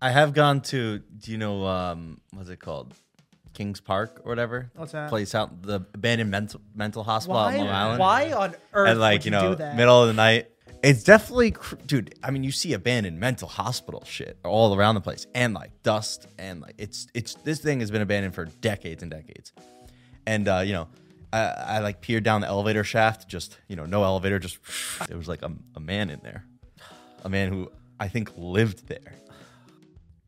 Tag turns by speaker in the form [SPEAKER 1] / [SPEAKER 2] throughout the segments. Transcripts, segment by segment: [SPEAKER 1] I have gone to. Do you know um, what's it called? Kings Park or whatever.
[SPEAKER 2] What's that?
[SPEAKER 1] Place out the abandoned mental mental hospital
[SPEAKER 2] Why?
[SPEAKER 1] on Long Island.
[SPEAKER 2] Why on earth?
[SPEAKER 1] and like
[SPEAKER 2] would
[SPEAKER 1] you
[SPEAKER 2] you,
[SPEAKER 1] know
[SPEAKER 2] do that?
[SPEAKER 1] middle of the night it's definitely cr- dude i mean you see abandoned mental hospital shit all around the place and like dust and like it's it's this thing has been abandoned for decades and decades and uh you know i, I like peered down the elevator shaft just you know no elevator just there was like a, a man in there a man who i think lived there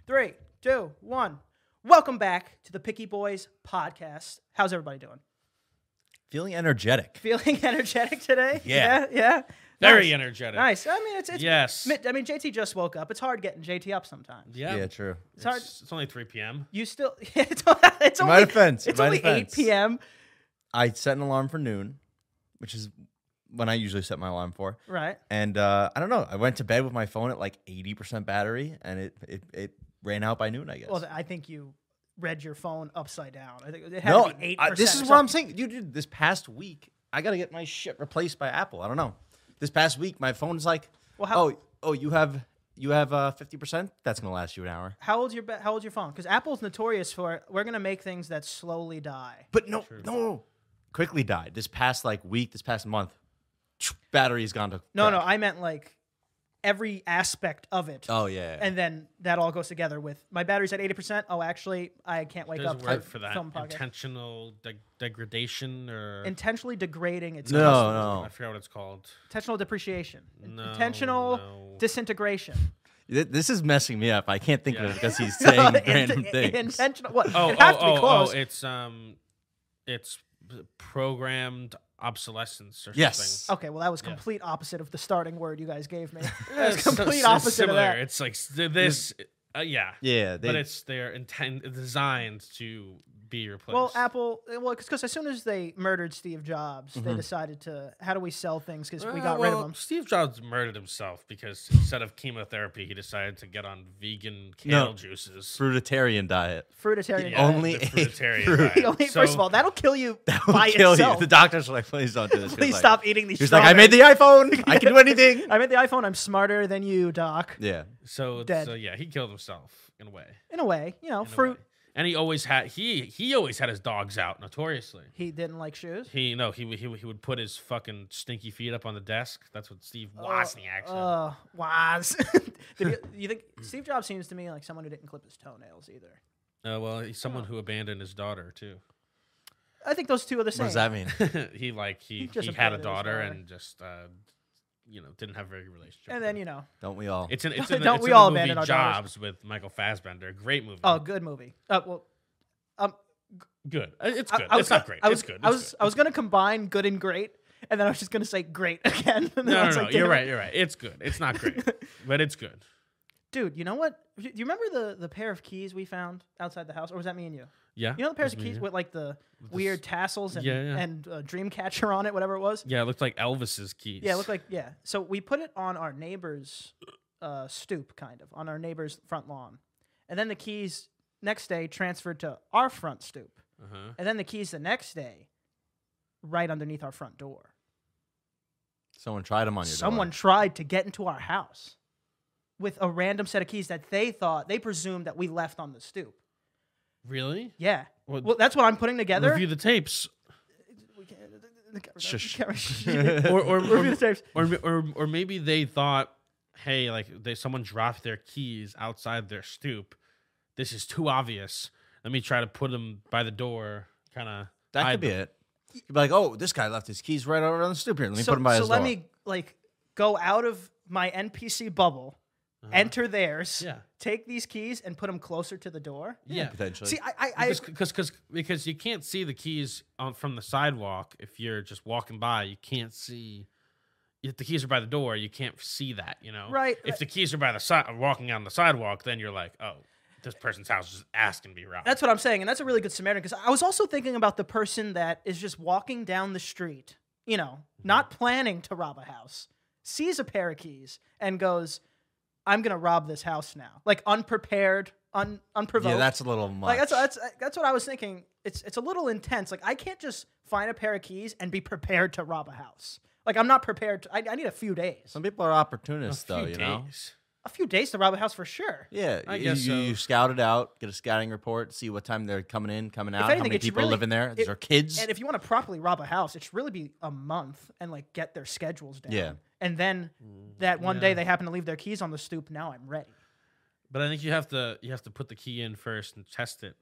[SPEAKER 2] Three, two, one. Welcome back to the Picky Boys podcast. How's everybody doing?
[SPEAKER 1] feeling energetic
[SPEAKER 2] Feeling energetic today?
[SPEAKER 1] Yeah.
[SPEAKER 2] yeah. yeah?
[SPEAKER 3] Very
[SPEAKER 2] Nice.
[SPEAKER 3] energetic.
[SPEAKER 2] Nice. I mean, it's, it's
[SPEAKER 3] Yes.
[SPEAKER 2] mi- I mean, JT just woke up. It's hard getting JT up sometimes.
[SPEAKER 3] Yeah.
[SPEAKER 1] yeah
[SPEAKER 3] it's,
[SPEAKER 1] true
[SPEAKER 2] It's hard.
[SPEAKER 3] it's only 3 p.m.
[SPEAKER 2] You still? It's, it's
[SPEAKER 1] In
[SPEAKER 2] only.
[SPEAKER 1] my defense, in
[SPEAKER 2] It's
[SPEAKER 1] my
[SPEAKER 2] only
[SPEAKER 1] defense.
[SPEAKER 2] 8 p.m.
[SPEAKER 1] i set an alarm for noon which is when i usually set my alarm for
[SPEAKER 2] Right.
[SPEAKER 1] And uh, I don't know. I went to bed with my phone at like eighty percent battery, and it, it it ran out by noon. I guess.
[SPEAKER 2] Well, th- I think you read your phone upside down. I think it had
[SPEAKER 1] no,
[SPEAKER 2] to be eight.
[SPEAKER 1] I- this is what I'm saying. You dude, this past week, I gotta get my shit replaced by Apple. I don't know. This past week, my phone's like,
[SPEAKER 2] Well, how-
[SPEAKER 1] oh, oh, you have you have uh, fifty percent. That's gonna last you an hour.
[SPEAKER 2] How old's your ba- How old's your phone? Because Apple's notorious for we're gonna make things that slowly die.
[SPEAKER 1] But no, no, quickly died. This past like week, this past month, battery's gone to.
[SPEAKER 2] No, no,
[SPEAKER 1] crap.
[SPEAKER 2] I meant like every aspect of it.
[SPEAKER 1] oh yeah. yeah.
[SPEAKER 2] And then that all goes together with my battery's at eighty percent. Oh, actually, I can't wake
[SPEAKER 3] There's a
[SPEAKER 2] up.
[SPEAKER 3] word
[SPEAKER 2] to
[SPEAKER 3] for that.
[SPEAKER 2] film podcast.
[SPEAKER 3] Intentional de- degradation or
[SPEAKER 2] Intentionally degrading its
[SPEAKER 1] no,
[SPEAKER 3] I
[SPEAKER 1] no.
[SPEAKER 3] forgot what it's called.
[SPEAKER 2] intentional depreciation,
[SPEAKER 3] No,
[SPEAKER 2] intentional
[SPEAKER 3] no.
[SPEAKER 2] disintegration.
[SPEAKER 1] Th- This is messing me up. I can't think of it
[SPEAKER 3] Yeah.
[SPEAKER 1] because he's saying
[SPEAKER 2] Int-
[SPEAKER 1] random things.
[SPEAKER 2] Intentional. What?
[SPEAKER 3] Oh,
[SPEAKER 2] it
[SPEAKER 3] oh,
[SPEAKER 2] has to
[SPEAKER 3] oh,
[SPEAKER 2] be
[SPEAKER 3] oh,
[SPEAKER 2] close.
[SPEAKER 3] it's um, it's p- programmed obsolescence or
[SPEAKER 1] Yes.
[SPEAKER 3] something.
[SPEAKER 2] Okay, well, that was complete opposite of the starting word you guys gave me.
[SPEAKER 3] Yeah,
[SPEAKER 2] That's
[SPEAKER 3] it's so-
[SPEAKER 2] complete
[SPEAKER 3] so
[SPEAKER 2] opposite
[SPEAKER 3] similar.
[SPEAKER 2] of that.
[SPEAKER 3] It's like s- th- this. Uh, yeah.
[SPEAKER 1] Yeah,
[SPEAKER 3] but
[SPEAKER 1] they-
[SPEAKER 3] it's they're intent designed to be replaced.
[SPEAKER 2] well, Apple, eh, well, because as soon as they murdered Steve Jobs,
[SPEAKER 1] Mm-hmm.
[SPEAKER 2] they decided to, how do we sell things? Because we
[SPEAKER 3] Uh,
[SPEAKER 2] got rid
[SPEAKER 3] well,
[SPEAKER 2] of them.
[SPEAKER 3] Steve Jobs murdered himself because instead of chemotherapy, he decided to get on vegan kale
[SPEAKER 1] No.
[SPEAKER 3] juices.
[SPEAKER 1] fruititarian diet.
[SPEAKER 2] Fruitarian.
[SPEAKER 3] Yeah,
[SPEAKER 1] only
[SPEAKER 3] the
[SPEAKER 1] ate
[SPEAKER 3] fruitarian
[SPEAKER 1] fruit.
[SPEAKER 3] diet.
[SPEAKER 2] You only- first of
[SPEAKER 3] So-
[SPEAKER 2] all, that'll kill you
[SPEAKER 1] We'll
[SPEAKER 2] by
[SPEAKER 1] kill you.
[SPEAKER 2] itself.
[SPEAKER 1] The doctors were like, please don't do this. He was
[SPEAKER 2] Please
[SPEAKER 1] like-
[SPEAKER 2] stop eating these
[SPEAKER 1] He was like, I made the
[SPEAKER 2] strawberries."
[SPEAKER 1] iPhone. I can do anything.
[SPEAKER 2] I made the iPhone. I'm smarter than you, Doc.
[SPEAKER 1] Yeah.
[SPEAKER 3] So, it's-
[SPEAKER 2] Dead.
[SPEAKER 3] so yeah, he killed himself in a way.
[SPEAKER 2] In a way, you know,
[SPEAKER 3] in a
[SPEAKER 2] fruit.
[SPEAKER 3] way. And he always had he he always had his dogs out notoriously.
[SPEAKER 2] He didn't like shoes.
[SPEAKER 3] He no he would- he would- he would put his fucking stinky feet up on the desk. That's what Steve
[SPEAKER 2] Oh,
[SPEAKER 3] Wozniak said.
[SPEAKER 2] Oh, Woz. Did you, you think Steve Jobs seems to me like someone who didn't clip his toenails either?
[SPEAKER 3] Uh, well, he's someone who abandoned his daughter too.
[SPEAKER 2] I think those two are the same.
[SPEAKER 1] What does that mean?
[SPEAKER 3] he like he
[SPEAKER 2] just
[SPEAKER 3] he had
[SPEAKER 2] abandoned
[SPEAKER 3] a
[SPEAKER 2] his
[SPEAKER 3] daughter
[SPEAKER 2] daughter.
[SPEAKER 3] and just uh, you know didn't have a very good relationship.
[SPEAKER 2] And then you know,
[SPEAKER 1] Don't we all?
[SPEAKER 3] it's in it's in the,
[SPEAKER 2] Don't
[SPEAKER 3] it's
[SPEAKER 2] we
[SPEAKER 3] in the
[SPEAKER 2] all
[SPEAKER 3] movie
[SPEAKER 2] abandon our daughters?
[SPEAKER 3] Jobs with Michael Fassbender. Great movie.
[SPEAKER 2] oh, good movie. Uh, well,
[SPEAKER 3] good. Uh, It's
[SPEAKER 2] I-
[SPEAKER 3] good.
[SPEAKER 2] I was
[SPEAKER 3] it's not
[SPEAKER 2] go-
[SPEAKER 3] great.
[SPEAKER 2] I was,
[SPEAKER 3] it's good.
[SPEAKER 2] I
[SPEAKER 3] it's
[SPEAKER 2] was,
[SPEAKER 3] good.
[SPEAKER 2] I was gonna combine good and great, and then I was just gonna say great again. And then
[SPEAKER 3] no,
[SPEAKER 2] I
[SPEAKER 3] no,
[SPEAKER 2] was
[SPEAKER 3] no.
[SPEAKER 2] like,
[SPEAKER 3] you're
[SPEAKER 2] damn it.
[SPEAKER 3] right. You're right. It's good. It's not great, but it's good.
[SPEAKER 2] dude. You know what? Do you remember the the pair of keys we found outside the house, or was that me and you?
[SPEAKER 3] Yeah. Mm-hmm.
[SPEAKER 2] You know the pairs
[SPEAKER 3] that's
[SPEAKER 2] of
[SPEAKER 3] me,
[SPEAKER 2] keys
[SPEAKER 3] yeah.
[SPEAKER 2] with like the weird tassels and
[SPEAKER 3] Yeah, yeah.
[SPEAKER 2] and uh, Dreamcatcher on it, whatever it was.
[SPEAKER 3] Yeah, it looked like Elvis's keys.
[SPEAKER 2] Yeah, it looked like yeah. So we put it on our neighbor's uh, stoop, kind of on our neighbor's front lawn, and then the keys next day transferred to our front stoop,
[SPEAKER 3] Uh-huh.
[SPEAKER 2] and then the keys the next day, right underneath our front door.
[SPEAKER 1] Someone tried them on your
[SPEAKER 2] Someone
[SPEAKER 1] Door.
[SPEAKER 2] tried to get into our house with a random set of keys that they thought they presumed that we left on the stoop.
[SPEAKER 3] Really?
[SPEAKER 2] Yeah.
[SPEAKER 3] Well,
[SPEAKER 2] Well, that's what I'm putting together.
[SPEAKER 3] Review the tapes,
[SPEAKER 2] We can't-
[SPEAKER 1] Shush.
[SPEAKER 3] or or
[SPEAKER 2] Review the
[SPEAKER 3] or,
[SPEAKER 2] tapes.
[SPEAKER 3] or or or maybe they thought, hey, like they someone dropped their keys outside their stoop. This is too obvious. Let me try to put them by the door, kind of.
[SPEAKER 1] That could be it. You'd be like, oh, this guy left his keys right over on the stoop here. Let me
[SPEAKER 2] so
[SPEAKER 1] put them by
[SPEAKER 2] so
[SPEAKER 1] his
[SPEAKER 2] let
[SPEAKER 1] door.
[SPEAKER 2] me like go out of my NPC bubble, enter theirs,
[SPEAKER 3] Uh-huh. Yeah.
[SPEAKER 2] take these keys and put them closer to the door.
[SPEAKER 3] Yeah.
[SPEAKER 1] Potentially.
[SPEAKER 2] See, I, I, I
[SPEAKER 3] Because, because, because you can't see the keys on, from the sidewalk if you're just walking by. You can't see if the keys are by the door. You can't see that, you know.
[SPEAKER 2] Right,
[SPEAKER 3] If
[SPEAKER 2] right.
[SPEAKER 3] the keys are by the side, walking on the sidewalk, then you're like, oh, this person's house is asking to be robbed.
[SPEAKER 2] That's what I'm saying, and that's a really good Samaritan because I was also thinking about the person that is just walking down the street, you know,
[SPEAKER 3] Mm-hmm.
[SPEAKER 2] not planning to rob a house, sees a pair of keys and goes, "I'm gonna rob this house now," like unprepared, un unprovoked.
[SPEAKER 1] yeah, that's a little much.
[SPEAKER 2] like that's that's uh, that's what I was thinking. It's it's a little intense. Like I can't just find a pair of keys and be prepared to rob a house. Like I'm not prepared. To, I I need a few days.
[SPEAKER 1] Some people are opportunists,
[SPEAKER 3] A
[SPEAKER 1] though,
[SPEAKER 3] few
[SPEAKER 1] you know?
[SPEAKER 3] days.
[SPEAKER 2] a few days to rob a house for sure.
[SPEAKER 1] Yeah,
[SPEAKER 3] I
[SPEAKER 1] you,
[SPEAKER 3] guess
[SPEAKER 1] you, you
[SPEAKER 3] so.
[SPEAKER 1] scout it out, get a scouting report, see what time they're coming in, coming out, how
[SPEAKER 2] anything,
[SPEAKER 1] many
[SPEAKER 2] it's
[SPEAKER 1] people are
[SPEAKER 2] really-
[SPEAKER 1] living there. Is
[SPEAKER 2] it-
[SPEAKER 1] there kids?
[SPEAKER 2] And if you want to properly rob a house, it should really be a month and like get their schedules down.
[SPEAKER 1] Yeah.
[SPEAKER 2] And then that one day
[SPEAKER 3] Yeah.
[SPEAKER 2] they happen to leave their keys on the stoop. Now I'm ready.
[SPEAKER 3] But I think you have to you have to put the key in first and test it.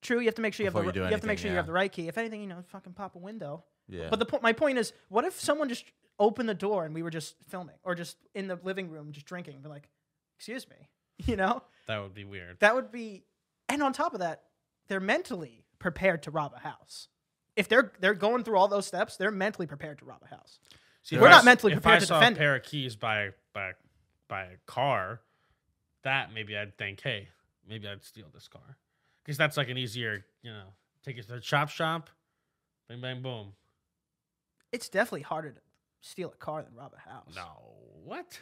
[SPEAKER 2] True, you have to make sure you
[SPEAKER 1] Before
[SPEAKER 2] have
[SPEAKER 1] you
[SPEAKER 2] the
[SPEAKER 1] do
[SPEAKER 2] you, have to make
[SPEAKER 1] anything,
[SPEAKER 2] sure you have
[SPEAKER 1] yeah.
[SPEAKER 2] the right key. If anything, you know, fucking pop a window.
[SPEAKER 1] yeah,
[SPEAKER 2] But the po- my point is, what if someone just opened the door and we were just filming or just in the living room just drinking? Be like, excuse me, you know,
[SPEAKER 3] That would be weird.
[SPEAKER 2] that would be. And on top of that, they're mentally prepared to rob a house. If they're they're going through all those steps, they're mentally prepared to rob a house.
[SPEAKER 3] See,
[SPEAKER 2] We're
[SPEAKER 3] if I
[SPEAKER 2] not
[SPEAKER 3] s-
[SPEAKER 2] mentally
[SPEAKER 3] if
[SPEAKER 2] prepared
[SPEAKER 3] I
[SPEAKER 2] to
[SPEAKER 3] saw
[SPEAKER 2] defend it.
[SPEAKER 3] a pair of keys by by by a car, that maybe I'd think, hey, maybe I'd steal this car because that's like an easier, you know, take it to the chop shop, bang bang boom.
[SPEAKER 2] It's definitely harder to steal a car than rob a house.
[SPEAKER 3] No, what?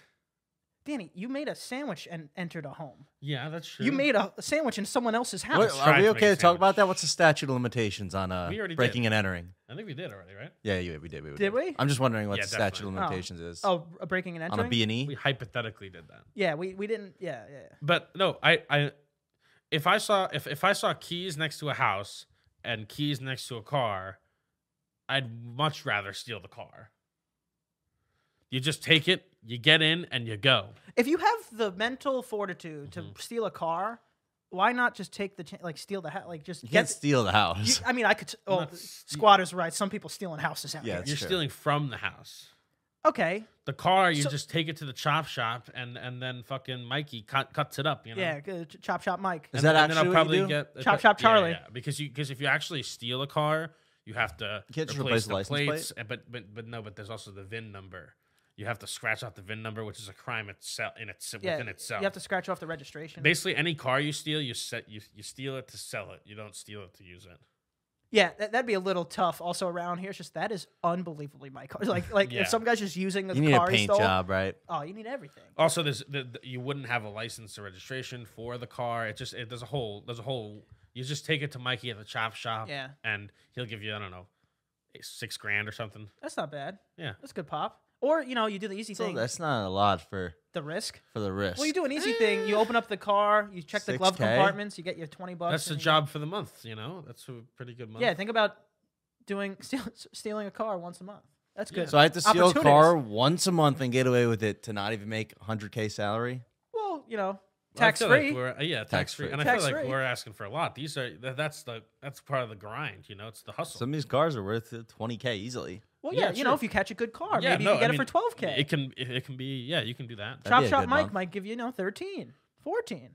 [SPEAKER 2] Danny, you made a sandwich and entered a home.
[SPEAKER 3] Yeah, that's true.
[SPEAKER 2] You made a sandwich in someone else's house.
[SPEAKER 1] What-
[SPEAKER 3] tried
[SPEAKER 1] are we
[SPEAKER 3] to make
[SPEAKER 1] okay
[SPEAKER 3] a
[SPEAKER 1] to talk about
[SPEAKER 3] sandwich.
[SPEAKER 1] that? What's the statute of limitations on uh,
[SPEAKER 3] We already did.
[SPEAKER 1] breaking and entering?
[SPEAKER 3] I think we did already, right?
[SPEAKER 1] Yeah, yeah, we did. We
[SPEAKER 2] Did we?
[SPEAKER 1] I'm just wondering what
[SPEAKER 3] Yeah,
[SPEAKER 1] the statute of
[SPEAKER 3] definitely.
[SPEAKER 2] Oh.
[SPEAKER 1] limitations is
[SPEAKER 2] Oh, a breaking and
[SPEAKER 1] on
[SPEAKER 2] entering.
[SPEAKER 1] a B and E.
[SPEAKER 3] We hypothetically did that.
[SPEAKER 2] Yeah, we, we didn't. Yeah, yeah.
[SPEAKER 3] But no, I, I if I saw if, if I saw keys next to a house and keys next to a car, I'd much rather steal the car. You just take it, you get in, and you go.
[SPEAKER 2] If you have the mental fortitude to
[SPEAKER 3] Mm-hmm.
[SPEAKER 2] steal a car, why not just take the chance, like steal the house, like just
[SPEAKER 1] You
[SPEAKER 2] get.
[SPEAKER 1] can't steal the
[SPEAKER 2] you-
[SPEAKER 1] house.
[SPEAKER 2] I mean, I could. Oh,
[SPEAKER 3] not s-
[SPEAKER 2] squatters' rights. Some people stealing houses out
[SPEAKER 1] Yeah,
[SPEAKER 2] here.
[SPEAKER 1] That's
[SPEAKER 3] You're
[SPEAKER 1] true.
[SPEAKER 3] stealing from the house.
[SPEAKER 2] Okay.
[SPEAKER 3] The car, you
[SPEAKER 2] So-
[SPEAKER 3] just take it to the chop shop, and and then fucking Mikey cut, cuts it up. You know.
[SPEAKER 2] Yeah. Good. Chop chop, Mike.
[SPEAKER 1] Is
[SPEAKER 3] And-
[SPEAKER 1] that
[SPEAKER 3] and
[SPEAKER 1] actually
[SPEAKER 3] then I'll
[SPEAKER 1] what you
[SPEAKER 3] probably
[SPEAKER 1] do?
[SPEAKER 3] get
[SPEAKER 2] Chop Chop
[SPEAKER 3] yeah,
[SPEAKER 2] Charlie.
[SPEAKER 3] yeah, because you because if you actually steal a car, you have to
[SPEAKER 1] You can't just replace
[SPEAKER 3] replace the
[SPEAKER 1] the license plate?
[SPEAKER 3] plates, and- but but but no, but there's also the VIN number. You have to scratch out the VIN number, which is a crime itself in its,
[SPEAKER 2] Yeah.
[SPEAKER 3] within itself.
[SPEAKER 2] You have to scratch off the registration.
[SPEAKER 3] Basically, any car you steal, you set you you steal it to sell it. You don't steal it to use it.
[SPEAKER 2] yeah, that, that'd be a little tough. Also around here, it's just that is unbelievably my car. Like like
[SPEAKER 3] Yeah.
[SPEAKER 2] if some guy's just using the
[SPEAKER 1] You need a
[SPEAKER 2] car he
[SPEAKER 1] paint
[SPEAKER 2] stole.
[SPEAKER 1] job, right?
[SPEAKER 2] Oh, you need everything.
[SPEAKER 3] Also, there's the, the- you wouldn't have a license or registration for the car. It just it, there's a whole there's a whole. You just take it to Mikey at the chop shop,
[SPEAKER 2] Yeah.
[SPEAKER 3] and he'll give you I don't know six grand or something.
[SPEAKER 2] That's not bad.
[SPEAKER 3] Yeah.
[SPEAKER 2] That's a good pop. Or you know, you do the easy
[SPEAKER 1] So
[SPEAKER 2] thing,
[SPEAKER 1] that's not a lot for
[SPEAKER 2] the risk.
[SPEAKER 1] for the risk.
[SPEAKER 2] Well, you do an easy thing.
[SPEAKER 1] Eh.
[SPEAKER 2] You open up the car, you check the glove
[SPEAKER 1] 6K?
[SPEAKER 2] compartments, you get your twenty bucks.
[SPEAKER 3] That's the
[SPEAKER 2] and you-
[SPEAKER 3] job for the month, you know. That's a pretty good month.
[SPEAKER 2] Yeah, think about doing steal, stealing a car once a month. That's good.
[SPEAKER 1] So I have to steal a
[SPEAKER 2] Opportunities.
[SPEAKER 1] car once a month and get away with it to not even make 100k salary.
[SPEAKER 2] well, you know,
[SPEAKER 3] Well, I
[SPEAKER 2] tax
[SPEAKER 3] feel like
[SPEAKER 2] free.
[SPEAKER 3] we're- uh, yeah, tax free.
[SPEAKER 1] Tax-free.
[SPEAKER 3] And I feel like
[SPEAKER 2] Tax-free.
[SPEAKER 3] we're asking for a lot. These are tha- that's the that's part of the grind, you know. It's the hustle.
[SPEAKER 1] Some of these cars are worth 20k easily.
[SPEAKER 2] well,
[SPEAKER 3] yeah,
[SPEAKER 2] yeah, you know,
[SPEAKER 3] sure.
[SPEAKER 2] if you catch a good car,
[SPEAKER 3] yeah,
[SPEAKER 2] maybe
[SPEAKER 3] no,
[SPEAKER 2] you can get
[SPEAKER 3] I
[SPEAKER 2] it for
[SPEAKER 3] mean,
[SPEAKER 2] twelve k.
[SPEAKER 3] It can it, it can be yeah, you can do that.
[SPEAKER 1] That'd
[SPEAKER 2] Chop
[SPEAKER 1] be a
[SPEAKER 2] Shop
[SPEAKER 1] good
[SPEAKER 2] Mike
[SPEAKER 1] month.
[SPEAKER 2] might give you, you know 13, 14.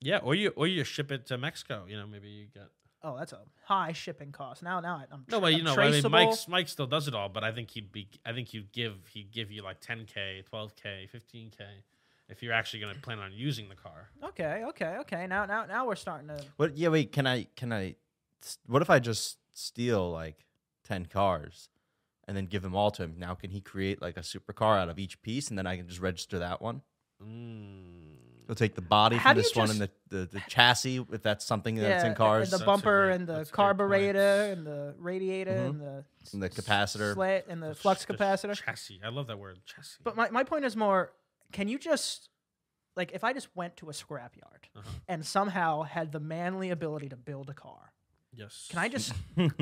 [SPEAKER 3] Yeah, or you or you ship it to Mexico. You know, maybe you get
[SPEAKER 2] Oh, that's a high shipping cost. Now, now I- I'm
[SPEAKER 3] no,
[SPEAKER 2] tra-
[SPEAKER 3] but
[SPEAKER 2] I'm
[SPEAKER 3] you know, I mean,
[SPEAKER 2] traceable.
[SPEAKER 3] Mike's Mike still does it all, but I think he'd be I think he'd give he'd give you like 10k, 12k, 15k if you're actually going to plan on using the car.
[SPEAKER 2] Okay, okay, okay. Now, now, now we're starting to.
[SPEAKER 1] What? Yeah, wait. Can I? Can I? s- What if I just steal like ten cars, and then give them all to him? Now, can he create like a supercar out of each piece, and then I can just register that one?
[SPEAKER 2] Mm.
[SPEAKER 1] He'll take the body
[SPEAKER 2] How
[SPEAKER 1] from
[SPEAKER 2] do you
[SPEAKER 1] this one and
[SPEAKER 2] just-
[SPEAKER 1] the, the, the chassis, if that's something that's in
[SPEAKER 2] and
[SPEAKER 1] cars,
[SPEAKER 2] the
[SPEAKER 1] and
[SPEAKER 3] That's a
[SPEAKER 2] bumper
[SPEAKER 3] great-
[SPEAKER 2] and the
[SPEAKER 3] that's a great point.
[SPEAKER 2] carburetor and the radiator
[SPEAKER 1] Mhm.
[SPEAKER 2] and the
[SPEAKER 1] the, capacitor.
[SPEAKER 2] slit and the flux
[SPEAKER 3] Ch- ch-
[SPEAKER 2] capacitor.
[SPEAKER 3] Chassis. I love that word, chassis.
[SPEAKER 2] But my, my point is more can you just, like, if I just went to a scrapyard
[SPEAKER 3] Uh-huh.
[SPEAKER 2] and somehow had the manly ability to build a car,
[SPEAKER 3] yes.
[SPEAKER 2] can I just